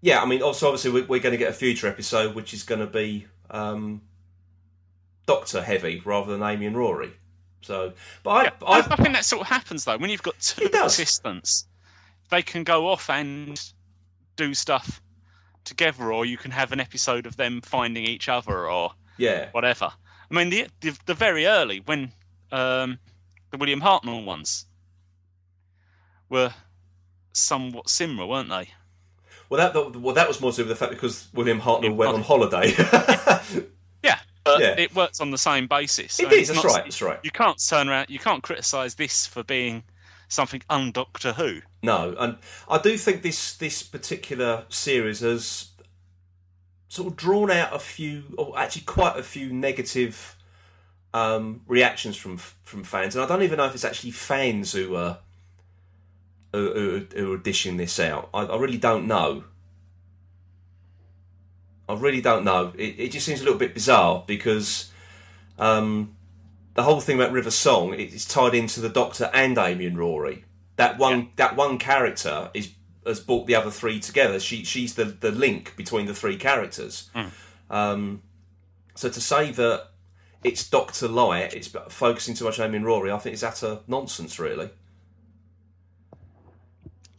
yeah, I mean, also obviously we- we're going to get a future episode which is going to be um, Doctor heavy rather than Amy and Rory. So, but I, Yeah, I, I, I think that sort of happens though. When you've got two It does. assistants, they can go off and do stuff together, or you can have an episode of them finding each other or yeah, whatever. I mean, the the, the very early when um, the William Hartnell ones were somewhat similar, weren't they? Well, that, that well, that was more to do with the fact because William Hartnell William went on holiday. (laughs) Yeah, but Yeah. it works on the same basis. It I mean, is. it's That's not- right. That's right. You can't turn around. You can't criticise this for being something un Doctor Who. No, and I do think this this particular series has sort of drawn out a few, or actually quite a few negative um, reactions from from fans, and I don't even know if it's actually fans who are who, who, who are dishing this out. I, I really don't know. I really don't know. It, it just seems a little bit bizarre because um, the whole thing about River Song it- it's tied into the Doctor and Amy and Rory. That one that one character is has brought the other three together. She she's the, the link between the three characters. Um, so to say that it's Doctor Light, it's focusing too much on Amy and Rory. I think is utter nonsense, really.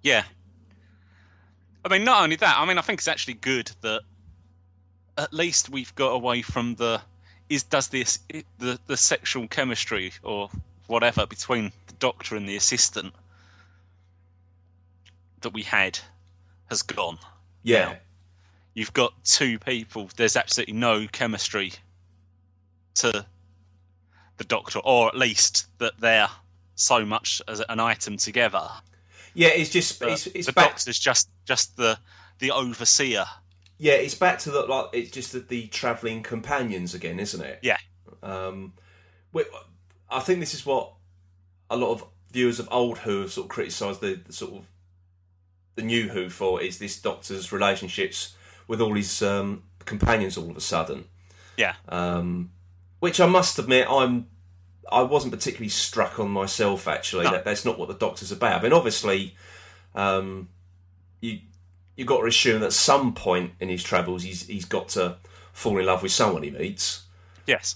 Yeah. I mean, not only that, I mean, I think it's actually good that at least we've got away from the is does this the the sexual chemistry or whatever between the doctor and the assistant that we had has gone. Yeah, you've got two people. There's absolutely no chemistry to the Doctor, or at least that they're so much as an item together. Yeah, it's just it's, it's the back. Doctor's just just the the overseer. Yeah, it's back to the like. It's just that the travelling companions again, isn't it? Yeah. Um, we, I think this is what a lot of viewers of old Who have sort of criticised the, the sort of the new Who for is this Doctor's relationships with all his um, companions all of a sudden. Yeah. Um, which I must admit, I'm I wasn't particularly struck on myself actually. No. That that's not what the Doctor's about. I mean, obviously, um, you you got to assume that at some point in his travels, he's he's got to fall in love with someone he meets. Yes.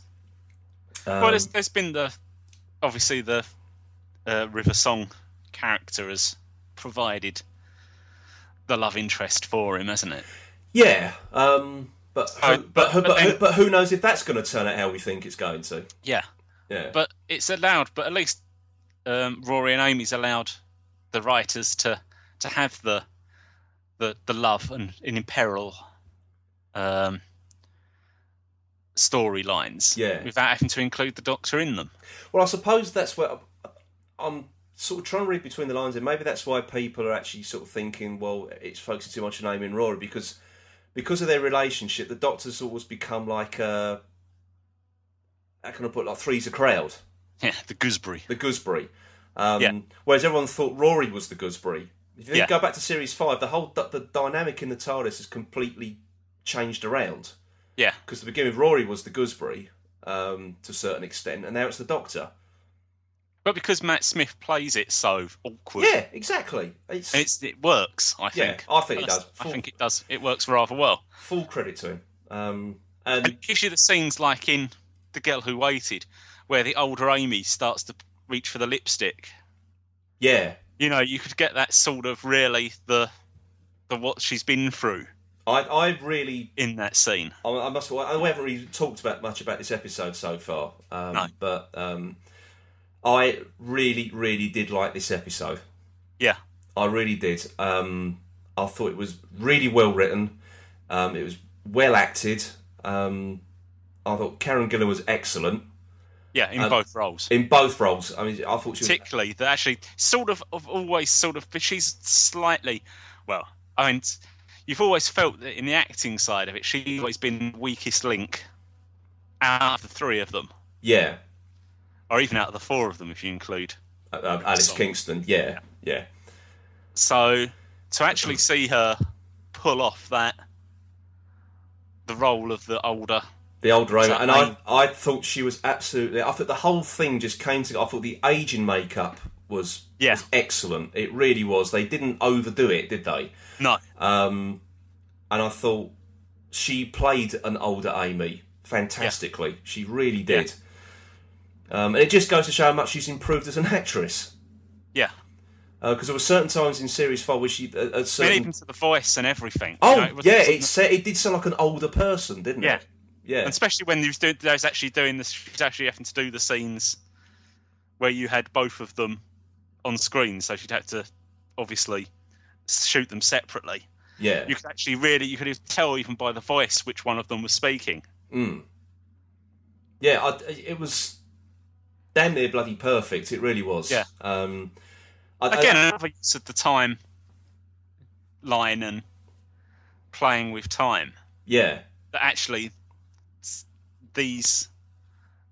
Um, well, there's, there's been the obviously the uh, River Song character has provided the love interest for him, hasn't it? yeah. Um, but, Oh, who, but, who, but, but- but who, then- but who knows if that's going to turn out how we think it's going to? Yeah. Yeah. But it's allowed. But at least um, Rory and Amy's allowed the writers to to have the the the love and, and imperil um, storylines. Yeah. Without having to include the Doctor in them. Well, I suppose that's where I'm sort of trying to read between the lines, and maybe that's why people are actually sort of thinking, well, it's focusing too much on Amy and Rory because because of their relationship, the Doctor's always become like a how can I put it, like three's a crowd, Yeah. The gooseberry. the gooseberry. Um, Yeah. Whereas everyone thought Rory was the gooseberry. If you Yeah. go back to series five, the whole the, the dynamic in the TARDIS has completely changed around Yeah. because the beginning with Rory was the gooseberry um, to a certain extent, and now it's the Doctor. But because Matt Smith plays it so awkward, Yeah, exactly. It's, it's, it works. I Yeah, think. I think it does. I Full- think it does. It works rather well. full credit to him. Um, and And it gives you the scenes like in The Girl Who Waited, where the older Amy starts to reach for the lipstick. yeah, You know, you could get that sort of really the the what she's been through I, I really, in that scene. I, I must. I, we haven't really talked about much about this episode so far, um, No. but um, I really, really did like this episode. Yeah. I really did. Um, I thought it was really well written. Um, it was well acted. Um, I thought Karen Gillan was excellent Yeah, in Um, both roles. in both roles. I mean, I thought she was. Particularly that actually sort of of always sort of but she's slightly well, I mean t- you've always felt that in the acting side of it, she's always been the weakest link out of the three of them. Yeah, Or even out of the four of them if you include uh, uh, Alice Sorry. Kingston. Yeah, yeah, So to actually see her pull off that the role of the older The older Amy, So and I- I, I thought she was absolutely. I thought the whole thing just came together. I thought the aging makeup was Yeah. was excellent. It really was. They didn't overdo it, did they? no Um, and I thought she played an older Amy fantastically. She really did. Um, and it just goes to show how much she's improved as an actress. yeah Because there were certain times in series five where she uh, at, at but certain. even to the voice and everything you oh know, it was- yeah, it sa it did sound like an older person, didn't Yeah. it? Yeah. and especially when he was doing they was actually doing this she was actually having to do the scenes where you had both of them on screen so she'd have to obviously shoot them separately Yeah. you could actually really you could tell even by the voice which one of them was speaking Mm. Yeah, I, it was damn near bloody perfect. It really was. Yeah. Um, I, I- again another use of the time line and playing with time yeah, that actually s- these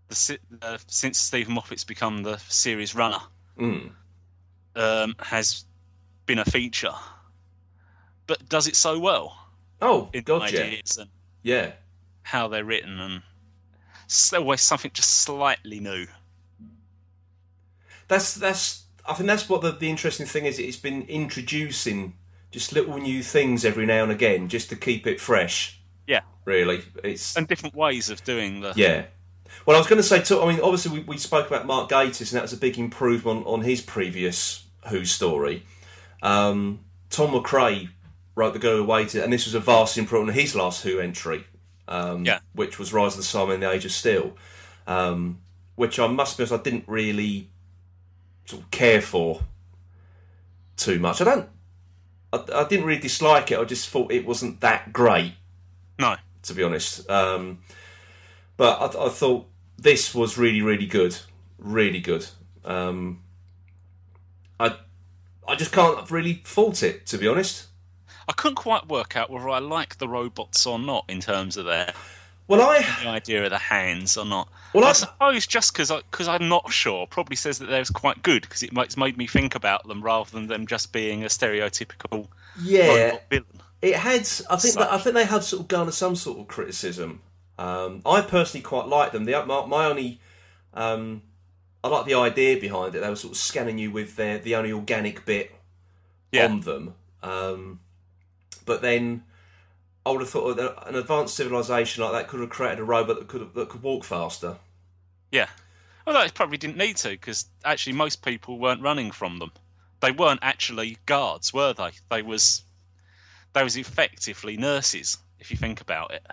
the, si- uh, since Stephen Moffat's become the series runner mm. um, has been a feature, but does it so well Oh in the god, yeah, ideas and yeah, how they're written and s- always something just slightly new. that's that's. I think that's what the, the interesting thing is. It's been introducing just little new things every now and again, just to keep it fresh. Yeah. Really, it's and different ways of doing the yeah. Well, I was going to say, too, I mean, obviously we, we spoke about Mark Gatiss, and that was a big improvement on his previous Who story. Um, Tom McRae wrote The Girl Who Waited, and this was a vast improvement on his last Who entry, um, Yeah. which was Rise of the Sun and the Age of Steel, um, which I must be honest, I didn't really sort of care for too much. I don't I, I didn't really dislike it. I just thought it wasn't that great, No, to be honest. Um, but I, th- I thought this was really, really good, really good. Um, I I just can't really fault it, to be honest. I couldn't quite work out whether I like the robots or not in terms of their Well, I the idea of the hands or not. well I I, suppose just because because I'm not sure probably says that they're quite good because it makes made me think about them rather than them just being a stereotypical yeah. robot villain. It had. I think. That, I think they have sort of garnered some sort of criticism. Um, I personally quite like them. The my, my only. Um, I like the idea behind it. They were sort of scanning you with their the only organic bit Yeah. on them. Um, but then, I would have thought that an advanced civilization like that could have created a robot that could have, that could walk faster. Yeah, although it probably didn't need to because actually most people weren't running from them. They weren't actually guards, were they? They was they was effectively nurses if you think about it.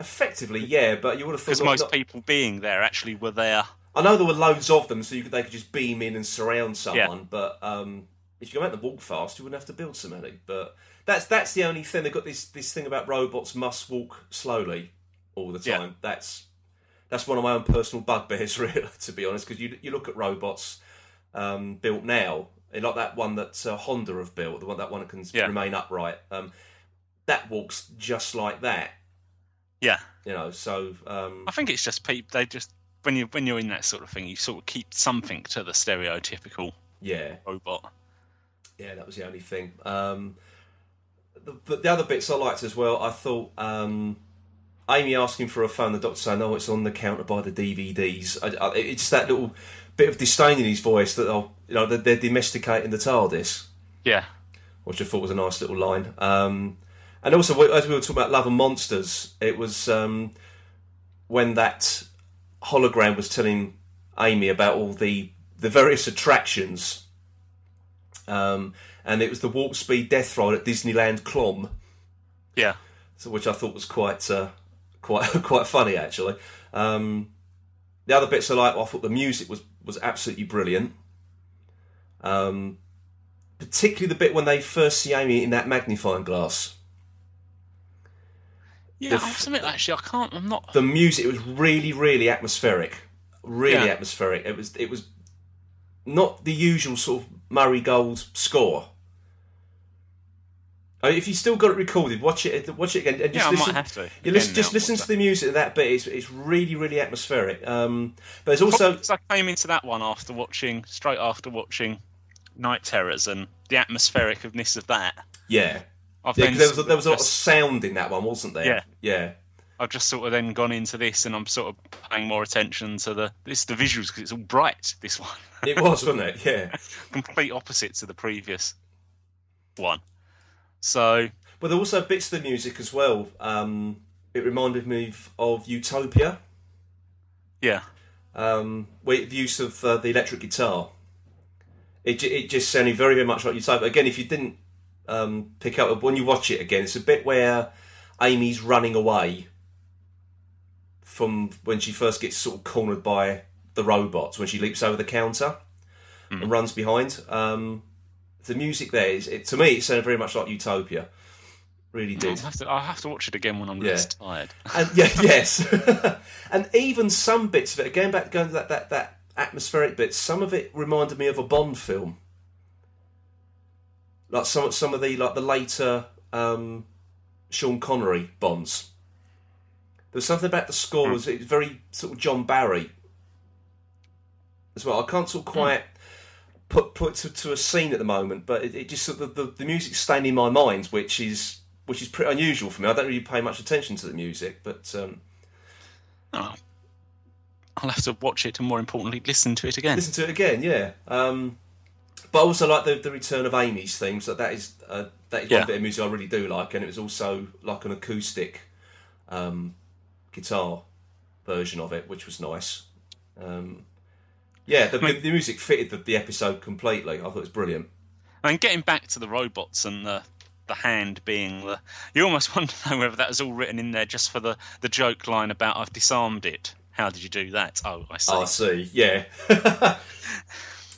Effectively, yeah. But you would have thought. Because that- most that- people being there actually were there. I know there were loads of them, so you could, they could just beam in and surround someone. But um, if you go out the walk fast, you wouldn't have to build so many. But that's that's the only thing. They've got this this thing about robots must walk slowly all the Yeah. time. That's that's one of my own personal bugbears, (laughs) really, to be honest. Because you you look at robots um, built now, and like that one that uh, Honda have built, the one that one that can Yeah. remain upright. Um, that walks just like that, Yeah, you know. So um, I think it's just people. They just when you when you're in that sort of thing, you sort of keep something to the stereotypical yeah. robot. yeah, that was the only thing. Um, the, but the other bits I liked as well, I thought um, Amy asking for a phone, the doctor saying, "Oh, it's on the counter by the DVDs." I, I, it's that little bit of disdain in his voice that oh, you know they're, they're domesticating the TARDIS, Yeah, which I thought was a nice little line. Um, and also, we- as we were talking about Love and Monsters, it was um, when that hologram was telling Amy about all the the various attractions um, and it was the Warp Speed Death Ride at Disneyland Clom, yeah. so which I thought was quite uh, quite (laughs) quite funny actually. Um, the other bits I like, I thought the music was was absolutely brilliant. Um, particularly the bit when they first see Amy in that magnifying glass. Yeah, The I'll f- submit actually. I can't. I'm not. The music was really really atmospheric, really Yeah. atmospheric. It was it was not the usual sort of Murray Gold score. I mean, if you still got it recorded, watch it. Watch it again. And just yeah, I listen, might have to. You listen, just listen to the music of that bit. It's, it's really, really atmospheric. Um, but there's also because I came into that one after watching straight after watching Night Terrors and the atmosphericness of that. yeah, I've yeah. then 'cause there was a, there was a lot of just, sound in that one, wasn't there? Yeah. yeah, I've just sort of then gone into this and I'm sort of paying more attention to the this the visuals because it's all bright. This one, (laughs) it was, wasn't it? Yeah. complete opposite to the previous one. So But there were also bits of the music as well. Um, it reminded me of, of Utopia, yeah, um, with the use of uh, the electric guitar. It ju- it just sounded very, very much like Utopia. Again, if you didn't um, pick up when you watch it again, it's a bit where Amy's running away from when she first gets sort of cornered by the robots when she leaps over the counter and runs behind. Um, the music there is it, to me it sounded very much like Utopia, really I'll did. have to I'll have to watch it again when I'm Yeah. less tired. (laughs) And yeah, (laughs) yes, and even some bits of it. Going back, going to that that that atmospheric bit. Some of it reminded me of a Bond film, like some some of the like the later um, Sean Connery Bonds. There was something about the score. Was it was very sort of John Barry as well. I can't sort of quite put put to, to a scene at the moment, but it, it just sort of, the, the the music's staying in my mind, which is which is pretty unusual for me. I don't really pay much attention to the music, but um, Oh, I'll have to watch it and more importantly listen to it again. listen to it again, yeah. Um, but I also like the, the return of Amy's theme. So that is uh, that is Yeah. one bit of music I really do like, and it was also like an acoustic um, guitar version of it, which was nice. Um, yeah, the, the, the music fitted the, the episode completely. I thought it was brilliant. And getting back to the robots and the the hand being the you almost (laughs) wonder though whether that was all written in there just for the the joke line about I've disarmed it. How did you do that? Oh, I see. I see. Yeah. (laughs) it,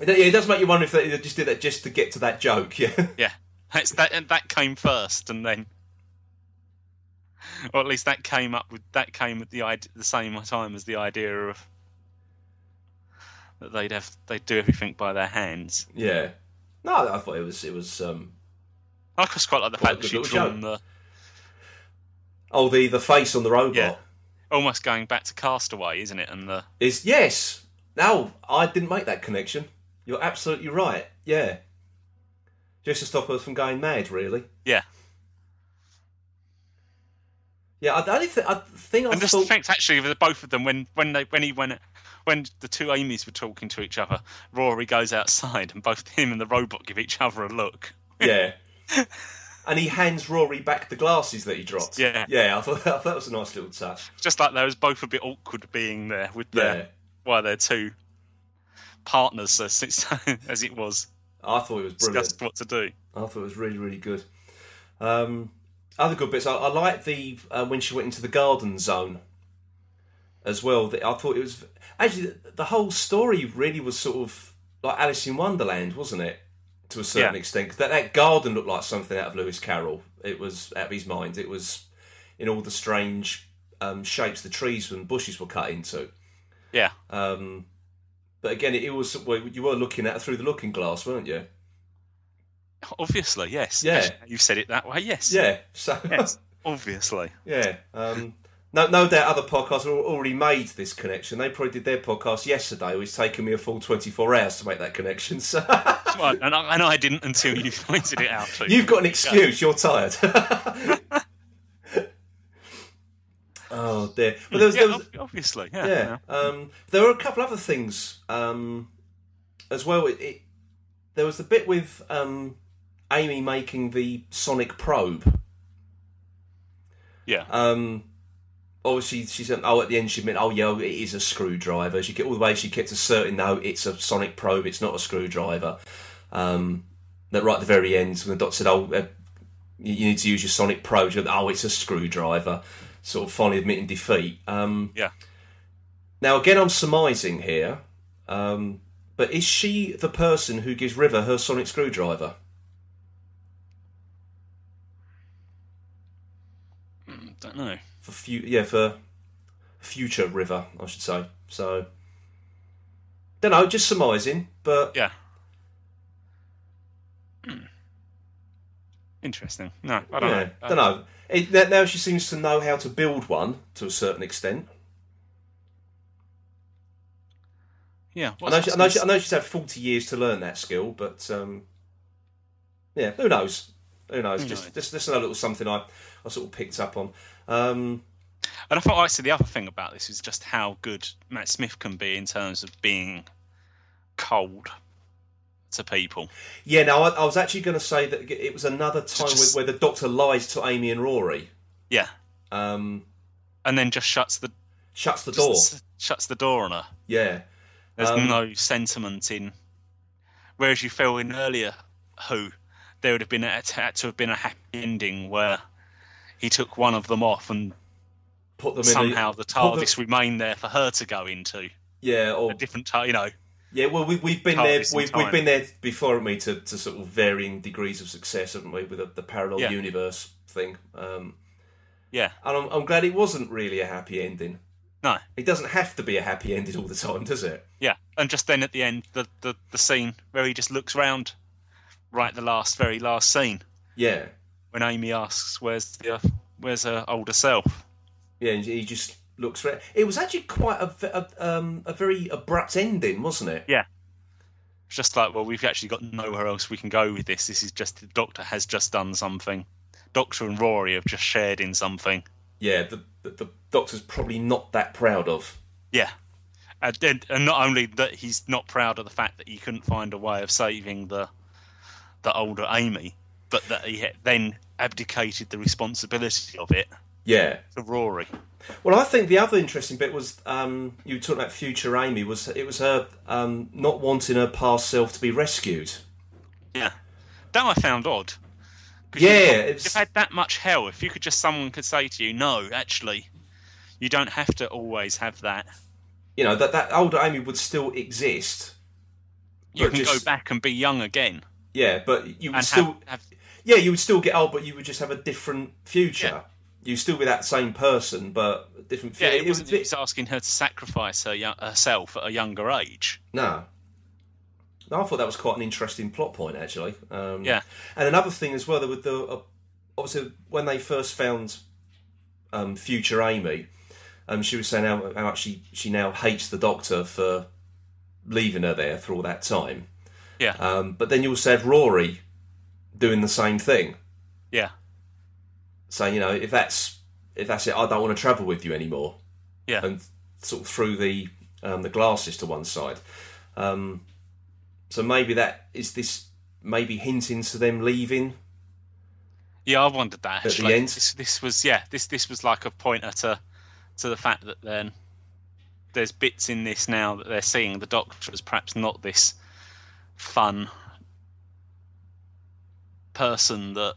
yeah, it does make you wonder if they they just did that just to get to that joke. (laughs) Yeah. yeah. That's that, and that came first, and then, or at least that came up with that came at the id- the same time as the idea of that they'd have they'd do everything by their hands. Yeah. No, I thought it was it was um I just quite like the Quite a fact that good she'd little drawn the oh the the face on the robot Yeah. almost going back to Castaway, isn't it? And the is yes. No, I didn't make that connection. You're absolutely right. Yeah. Just to stop us from going mad, really. yeah, Yeah, I, the only thi- I think I and just thought the fact actually of the both of them when when they when he went when the two Amys were talking to each other, Rory goes outside, and both him and the robot give each other a look. yeah. And he hands Rory back the glasses that he dropped. Yeah. yeah. I thought, (laughs) I thought that was a nice little touch. Just like they was both a bit awkward being there with their Yeah, why they're two partners as it's, (laughs) as it was I thought it was brilliant. discussed what to do. I thought it was really, really good. Um, other good bits. I, I like the uh, when she went into the garden zone as well. The, I thought it was actually the, the whole story really was sort of like Alice in Wonderland, wasn't it? To a certain Yeah. extent, 'Cause that that garden looked like something out of Lewis Carroll. It was out of his mind. It was in all the strange um, shapes the trees and bushes were cut into. Yeah, Um, but again, it, it was well, you were looking at it through the looking glass, weren't you? obviously, yes. Yeah. Actually, you've said it that way. Yes. Yeah. So Yes. Obviously. Yeah. Um, no, no doubt other podcasts have already made this connection. They probably did their podcast yesterday. It's taken me a full 24 hours to make that connection. (laughs) So Right, and, I, and I didn't until you (laughs) pointed it out. To me. you've got an excuse. You're tired. (laughs) oh, dear. But there was, yeah, there was, ob- obviously. Yeah. yeah. Um, there were a couple other things um, as well. It, it, there was the bit with um, Amy making the sonic probe. Yeah. Um, obviously, she said, "Oh, at the end, she meant, oh yeah, it is a screwdriver." She kept all the way she kept asserting, "No, it's a sonic probe. It's not a screwdriver." Um, that right at the very end, when the doctor said, "Oh, uh, you you need to use your sonic probe," she went, "Oh, it's a screwdriver." Sort of finally admitting defeat. Um, Yeah. Now again, I'm surmising here, um, but is she the person who gives River her sonic screwdriver? Mm, Don't know. for fu- yeah for future river I should say. So don't know, just surmising, but Yeah. Hmm. Interesting. No, I don't yeah, know. don't know. It, now- now she seems to know how to build one to a certain extent. yeah. I what's- know, she, I, know she, I know she's had forty years to learn that skill, but um, yeah, who knows? Who knows? Who Just, knows? just just another little something I, I sort of picked up on. Um, And I thought actually the other thing about this is just how good Matt Smith can be in terms of being cold to people. yeah, now I, I was actually going to say that it was another time just- where, where the Doctor lies to Amy and Rory, Yeah. um, And then just shuts the shuts the just door. s- shuts the door on her. Yeah, There's Um, no sentiment in. Whereas you feel in earlier Who, there would have been a, had to have been a happy ending where he took one of them off and put them in. the- somehow the put the- TARDIS remained there for her to go into Yeah, or a different TARDIS. You know, yeah. Well, we, we've been Can't there. listen We've, to we've time. been there before, haven't we? To, to sort of varying degrees of success, haven't we? With the, the parallel Yeah. universe thing. Um, yeah, and I'm, I'm glad it wasn't really a happy ending. no, It doesn't have to be a happy ending all the time, does it? yeah. And just then at the end, the the, the scene where he just looks round, right, the last very last scene Yeah, when Amy asks, "Where's the uh, where's her older self?" yeah. and He just looks. Re- it was actually quite a, v- a, um, a very abrupt ending, wasn't it? It's just like, well, we've actually got nowhere else we can go with this. This is just the Doctor has just done something. Doctor and Rory have just shared in something. Yeah, the the, the doctor's probably not that proud of. Yeah. And, then- and not only that he's not proud of the fact that he couldn't find a way of saving the the older Amy, but that he had then abdicated the responsibility of it Yeah. to Rory. Well, I think the other interesting bit was um, you were talking about future Amy. Was it was her um, not wanting her past self to be rescued? Yeah. That I found odd. 'Cause Yeah, you've, it's- you've had that much hell. If you could just someone could say to you, no, actually, you don't have to always have that. You know that that older Amy would still exist. You But can just- go back and be young again Yeah, but you would and still have, have yeah, you would still get old, but you would just have a different future. You'd still be that same person, but a different Yeah, future. it wasn't. He was asking her to sacrifice her yo- herself at a younger age. No. No, I thought that was quite an interesting plot point, actually. Um, Yeah. And another thing as well, that with the uh, obviously when they first found um, future Amy, um, she was saying how, how much she, she now hates the Doctor for leaving her there for all that time. Yeah. Um, but then you also had Rory doing the same thing, Yeah, saying, you know, if that's if that's it, I don't want to travel with you anymore. yeah, and sort of threw the um, the glasses to one side. Um, so maybe that is this maybe hinting to them leaving. yeah. I wondered that. the Actually. end? This, this was yeah. This this was like a pointer to to the fact that then there's bits in this now that they're seeing the Doctor as perhaps not this fun person that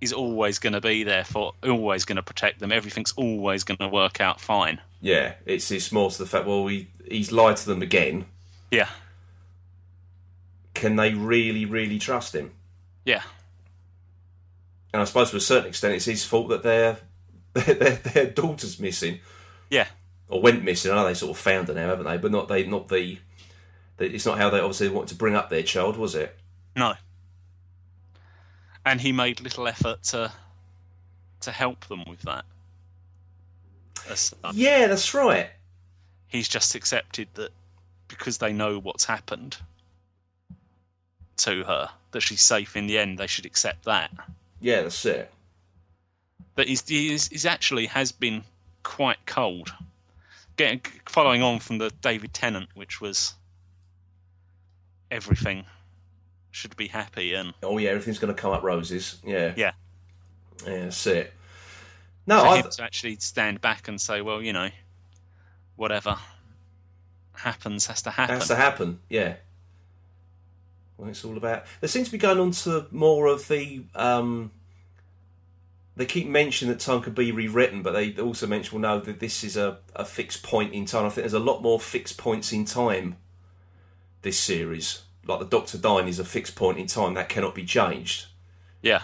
is always going to be there for, always going to protect them. Everything's always going to work out fine. Yeah, it's it's more to the fact. Well, he, he's lied to them again. Yeah, Can they really, really trust him? yeah, And I suppose to a certain extent, it's his fault that their (laughs) their their daughter's missing yeah, or went missing. I know they sort of found her now, haven't they? But not they, not the. the- It's not how they obviously wanted to bring up their child, was it? no. And he made little effort to to help them with that. As such. Yeah, that's right. he's just accepted that because they know what's happened to her, that she's safe in the end, they should accept that. Yeah, that's it. But he's, he's, he's actually has been quite cold. Getting, following on from the David Tennant, which was everything should be happy and oh yeah, everything's going to come up roses. Yeah. Yeah. Yeah, that's it. No, for I, him to actually stand back and say, well, you know, whatever happens has to happen. that's to happen. Yeah. Well, it's all about. There seems to be going on to more of the. Um, they keep mentioning that time could be rewritten, but they also mention, well, no, that this is a, a fixed point in time. I think there's a lot more fixed points in time this series. Like the Doctor dying is a fixed point in time that cannot be changed. yeah,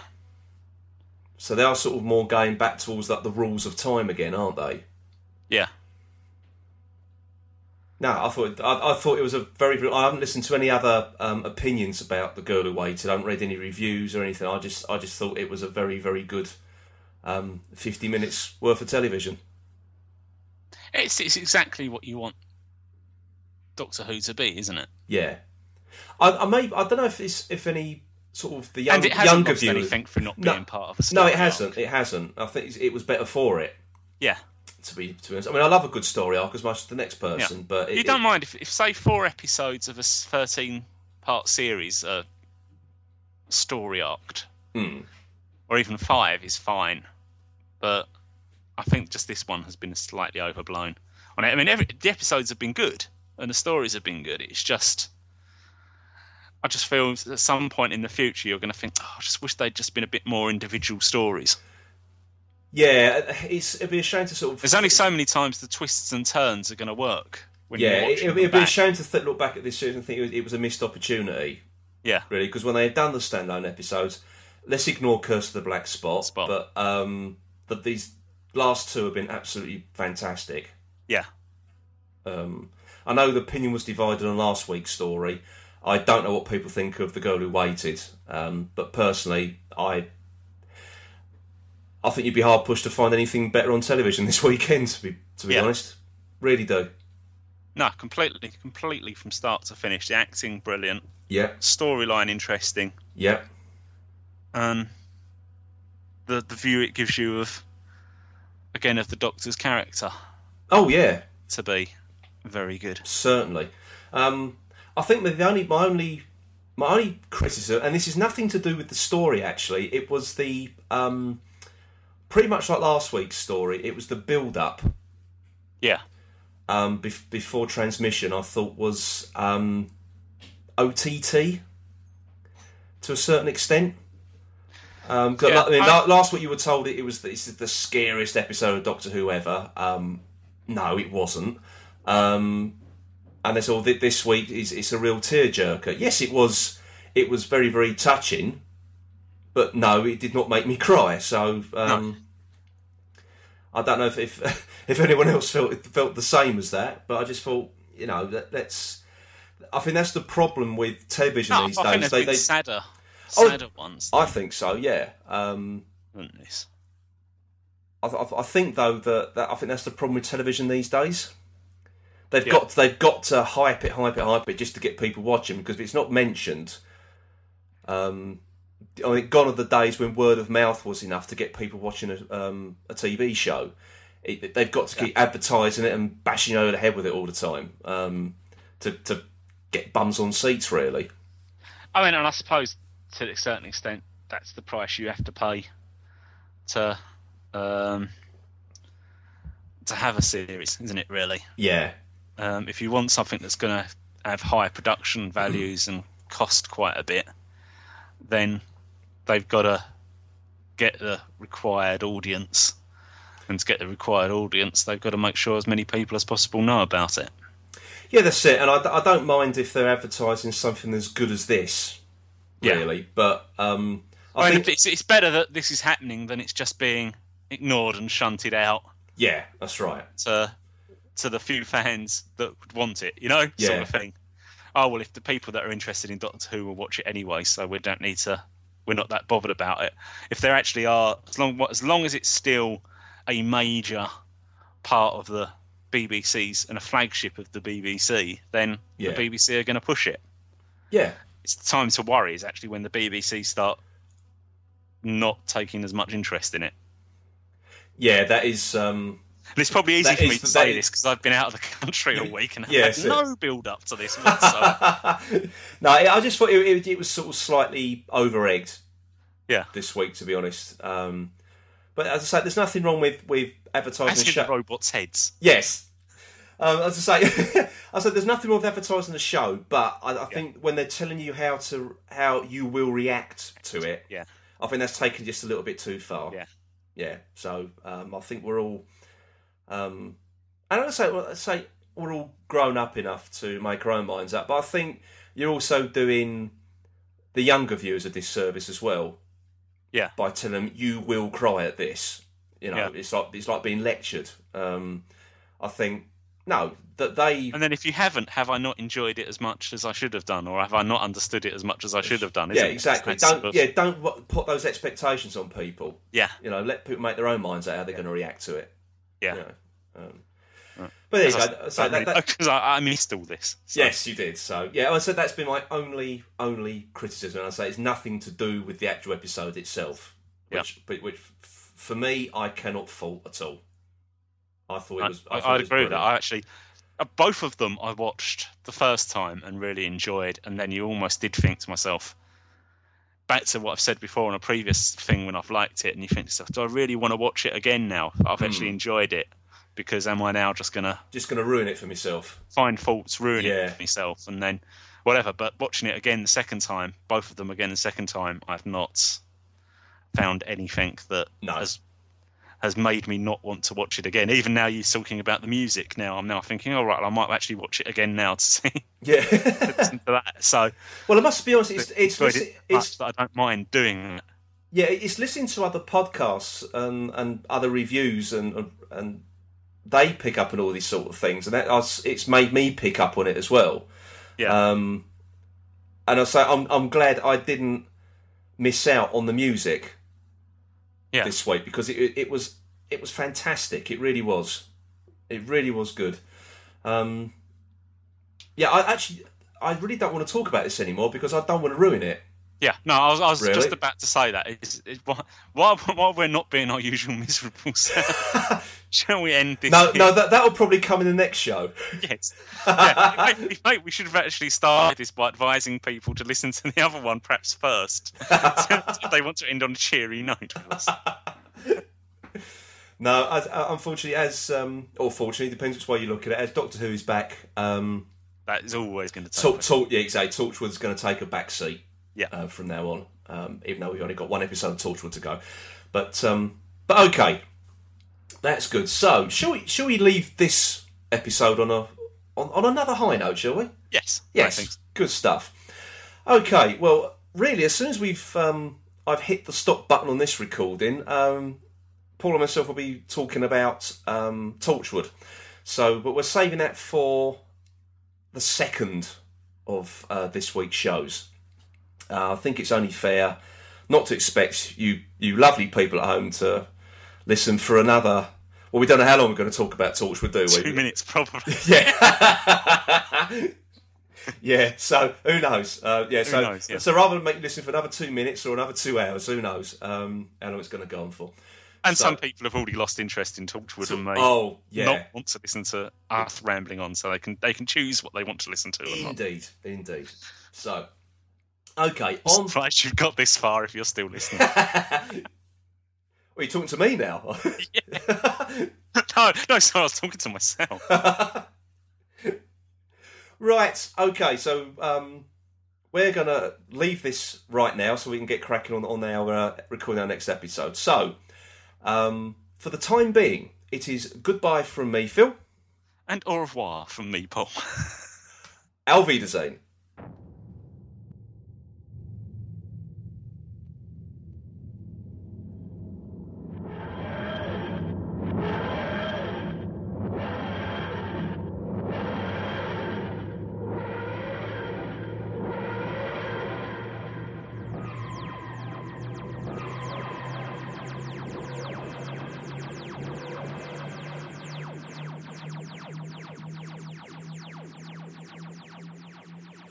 So they are sort of more going back towards like the rules of time again, aren't they? yeah, No, I thought I, I thought it was a very. I haven't listened to any other um, opinions about the girl who waited. I haven't read any reviews or anything. I just I just thought it was a very very good um, fifty minutes worth of television. It's it's exactly what you want Doctor Who to be, isn't it? Yeah, I, I may I don't know if it's if any sort of the young, and it hasn't younger lost viewers. anything for not No. being part of a No, story it hasn't. arc. It hasn't. I think it was better for it. Yeah, To be to be honest, I mean I love a good story arc as much as the next person, but it, you don't it- mind if, if say four episodes of a s- thirteen part series are story arced, Hmm. or even five is fine, but I think just this one has been slightly overblown. On it, I mean, every, the episodes have been good and the stories have been good. It's just. I just feel at some point in the future you're going to think, oh, I just wish they'd just been a bit more individual stories. yeah, it's it'd be a shame to sort of. There's only so many times the twists and turns are going to work. When yeah, you it, watch it'd them be it'd be a back. shame to th- look back at this series and think it was, it was a missed opportunity. Yeah, really, because when they had done the standalone episodes, let's ignore Curse of the Black Spot, Spot. but um, that these last two have been absolutely fantastic. yeah, Um, I know the opinion was divided on last week's story. I don't know what people think of the girl who waited, um, but personally, I I think you'd be hard pushed to find anything better on television (laughs) this weekend. To be to be Yeah. honest, really do. no, completely, completely from start to finish. The acting brilliant, Yeah, storyline interesting, yeah, and the the view it gives you of again of the Doctor's character oh yeah. to be very good. certainly. Um, I think the only my only my only criticism, and this is nothing to do with the story actually. It was the um, pretty much like last week's story. It was the build up Yeah, um, bef- before transmission. I thought was um, OTT to a certain extent. Um, 'cause Yeah, la- I mean, I- la- last week you were told it, it was the, this is the scariest episode of Doctor Who ever. Um, no, it wasn't. Um, and it's all th- this week is it's a real tearjerker. Yes, it was. It was very very touching, but no, it did not make me cry. So um, I don't know if, (laughs) if if anyone else felt felt the same as that, but I just thought you know that, that's I think that's the problem with television No, Oh, I these days. think there's They, been they, sadder, Oh, sadder ones. I think so, yeah. Um, than this. I, I, I think though that, that I think that's the problem with television these days. They've Yeah. got they've got to hype it, hype it, hype it, just to get people watching. Because if it's not mentioned, um, I think gone are the days when word of mouth was enough to get people watching a, um, a TV show. It, they've got to keep advertising it and bashing you over the head with it all the time um, to to get bums on seats, really. I mean, and I suppose to a certain extent, that's the price you have to pay to um, to have a series, isn't it? Really, Yeah, um, if you want something that's going to have high production values and cost quite a bit, then they've got to get the required audience. And to get the required audience, they've got to make sure as many people as possible know about it. yeah, that's it. And I, I don't mind if they're advertising something as good as this, Yeah. really. But um, I, I mean, think it's, it's better that this is happening than it's just being ignored and shunted out Yeah, that's right. to to the few fans that would want it, you know, sort Yeah. of thing. Oh well, if the people that are interested in Doctor Who will watch it anyway, so we don't need to. We're not that bothered about it. If there actually are, as long as long as it's still a major part of the BBC's and a flagship of the BBC, then Yeah. the BBC are going to push it. Yeah, It's the time to worry is actually when the BBC start not taking as much interest in it. yeah, that is. Um, And it's probably easy That for me is- to that say is- this because I've been out of the country (laughs) all week and Yeah, had so- no build up to this (laughs) whatsoever. no, I I just thought it, it, it was sort of slightly over egged. Yeah. this week to be honest. Um, but as I say, there's nothing wrong with with As advertising. in a the show. robots' heads. Yes. Um, as I say, (laughs) I said there's nothing wrong with advertising the show, but I, I think when they're telling you how to how you will react to it, Yeah. I think that's taken just a little bit too far. Yeah. yeah. So um, I think we're all, um, and I say well, I say we're all grown up enough to make our own minds up, but I think you're also doing the younger viewers a disservice as well. Yeah. by telling them you will cry at this. You know, Yeah. it's like it's like being lectured. Um, I think no that they And then if you haven't, have I not enjoyed it as much as I should have done, or have I not understood it as much as I should have done? yeah isn't it? exactly It's don't sort of- yeah don't wa- put those expectations on people. Yeah. You know, let people make their own minds out how they're going to react to it. Yeah. You know, um, but there you As I go. So that, that, Because I, I missed all this. So, Yes, you did. So yeah, I said that's been my only only criticism. And I say it's nothing to do with the actual episode itself, Yeah. which but which f- for me I cannot fault at all. I thought I, it was. I, I, I'd agree with that. I actually, uh, both of them I watched the first time and really enjoyed, and then you almost did think to myself, back to what I've said before on a previous thing when I've liked it, and you think to yourself, do I really want to watch it again now? I've Hmm. actually enjoyed it because am I now just going to Just going to ruin it for myself. (laughs) find faults, ruin Yeah. it for myself, and then whatever? But watching it again the second time, both of them again the second time, I've not found anything that No. has has made me not want to watch it again. Even now, you're talking about the music. Now I'm now thinking, all right, I might actually watch it again now to (laughs) see Yeah. listen to that. So well, I must be honest. It's it's, enjoyed listen, it so it's much that I don't mind doing that. yeah it's listening to other podcasts and and other reviews and and- and they pick up on all these sort of things, and that it's made me pick up on it as well. Yeah. Um, and I say I'm I'm glad I didn't miss out on the music Yeah. this week because it it was it was fantastic. It really was. It really was good. Um, yeah, I actually I really don't want to talk about this anymore because I don't want to ruin it. Yeah, no, I was, I was Really? just about to say that. It's, it's, why, why, why we're not being our usual (laughs) miserable selves, (laughs) shall we end this? (laughs) No, here? no, that that'll probably come in the next show. Yes. Yeah, in fact- in fact, we should have actually started this by advising people to listen to the other one perhaps first. (laughs) So if they want to end on a cheery note with us. No, as, uh, unfortunately, as um, or fortunately, depends which way you look at it. As Doctor Who is back, um, That is always going to take. Talk, talk, yeah, exactly. Torchwood's going to take a back seat Yeah. uh, from now on, um, even though we've only got one episode of Torchwood to go. But um, but okay, that's good. So shall we shall we leave this episode on a on, on another high note? Shall we? Yes. I Yes, think so. good stuff. Okay, well, really, as soon as we've um, I've hit the stop button on this recording, um, Paul and myself will be talking about um, Torchwood. So, but we're saving that for the second of uh, this week's shows. Uh, I think it's only fair not to expect you, you lovely people at home, to listen for another. Well, we don't know how long we're going to talk about Torchwood, do (laughs) we? Two minutes, (laughs) probably. yeah. (laughs) yeah, so who knows? Uh, yeah, so knows, yeah. so rather than make you listen for another two minutes or another two hours, who knows um, how long it's going to go on for? And So- some people have already lost interest in Torchwood and may oh, yeah, not want to listen to us rambling on, so they can they can choose what they want to listen to. Or not. indeed, indeed. So, okay, I'm on. (laughs) surprised you've got this far if you're still listening. (laughs) Are you talking to me now? (laughs) no, no, sorry, I was talking to myself. right. Okay. So um, we're gonna leave this right now, so we can get cracking on on our uh, recording our next episode. So um, for the time being, it is goodbye from me, Phil. And au revoir from me, Paul. Alvida Zane.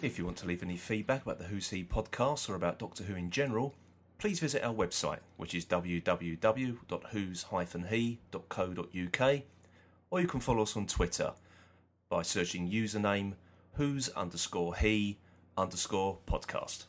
If you want to leave any feedback about the Who's He podcast or about Doctor Who in general, please visit our website, which is www.whos-he.co.uk, or you can follow us on Twitter by searching username who's underscore he underscore podcast.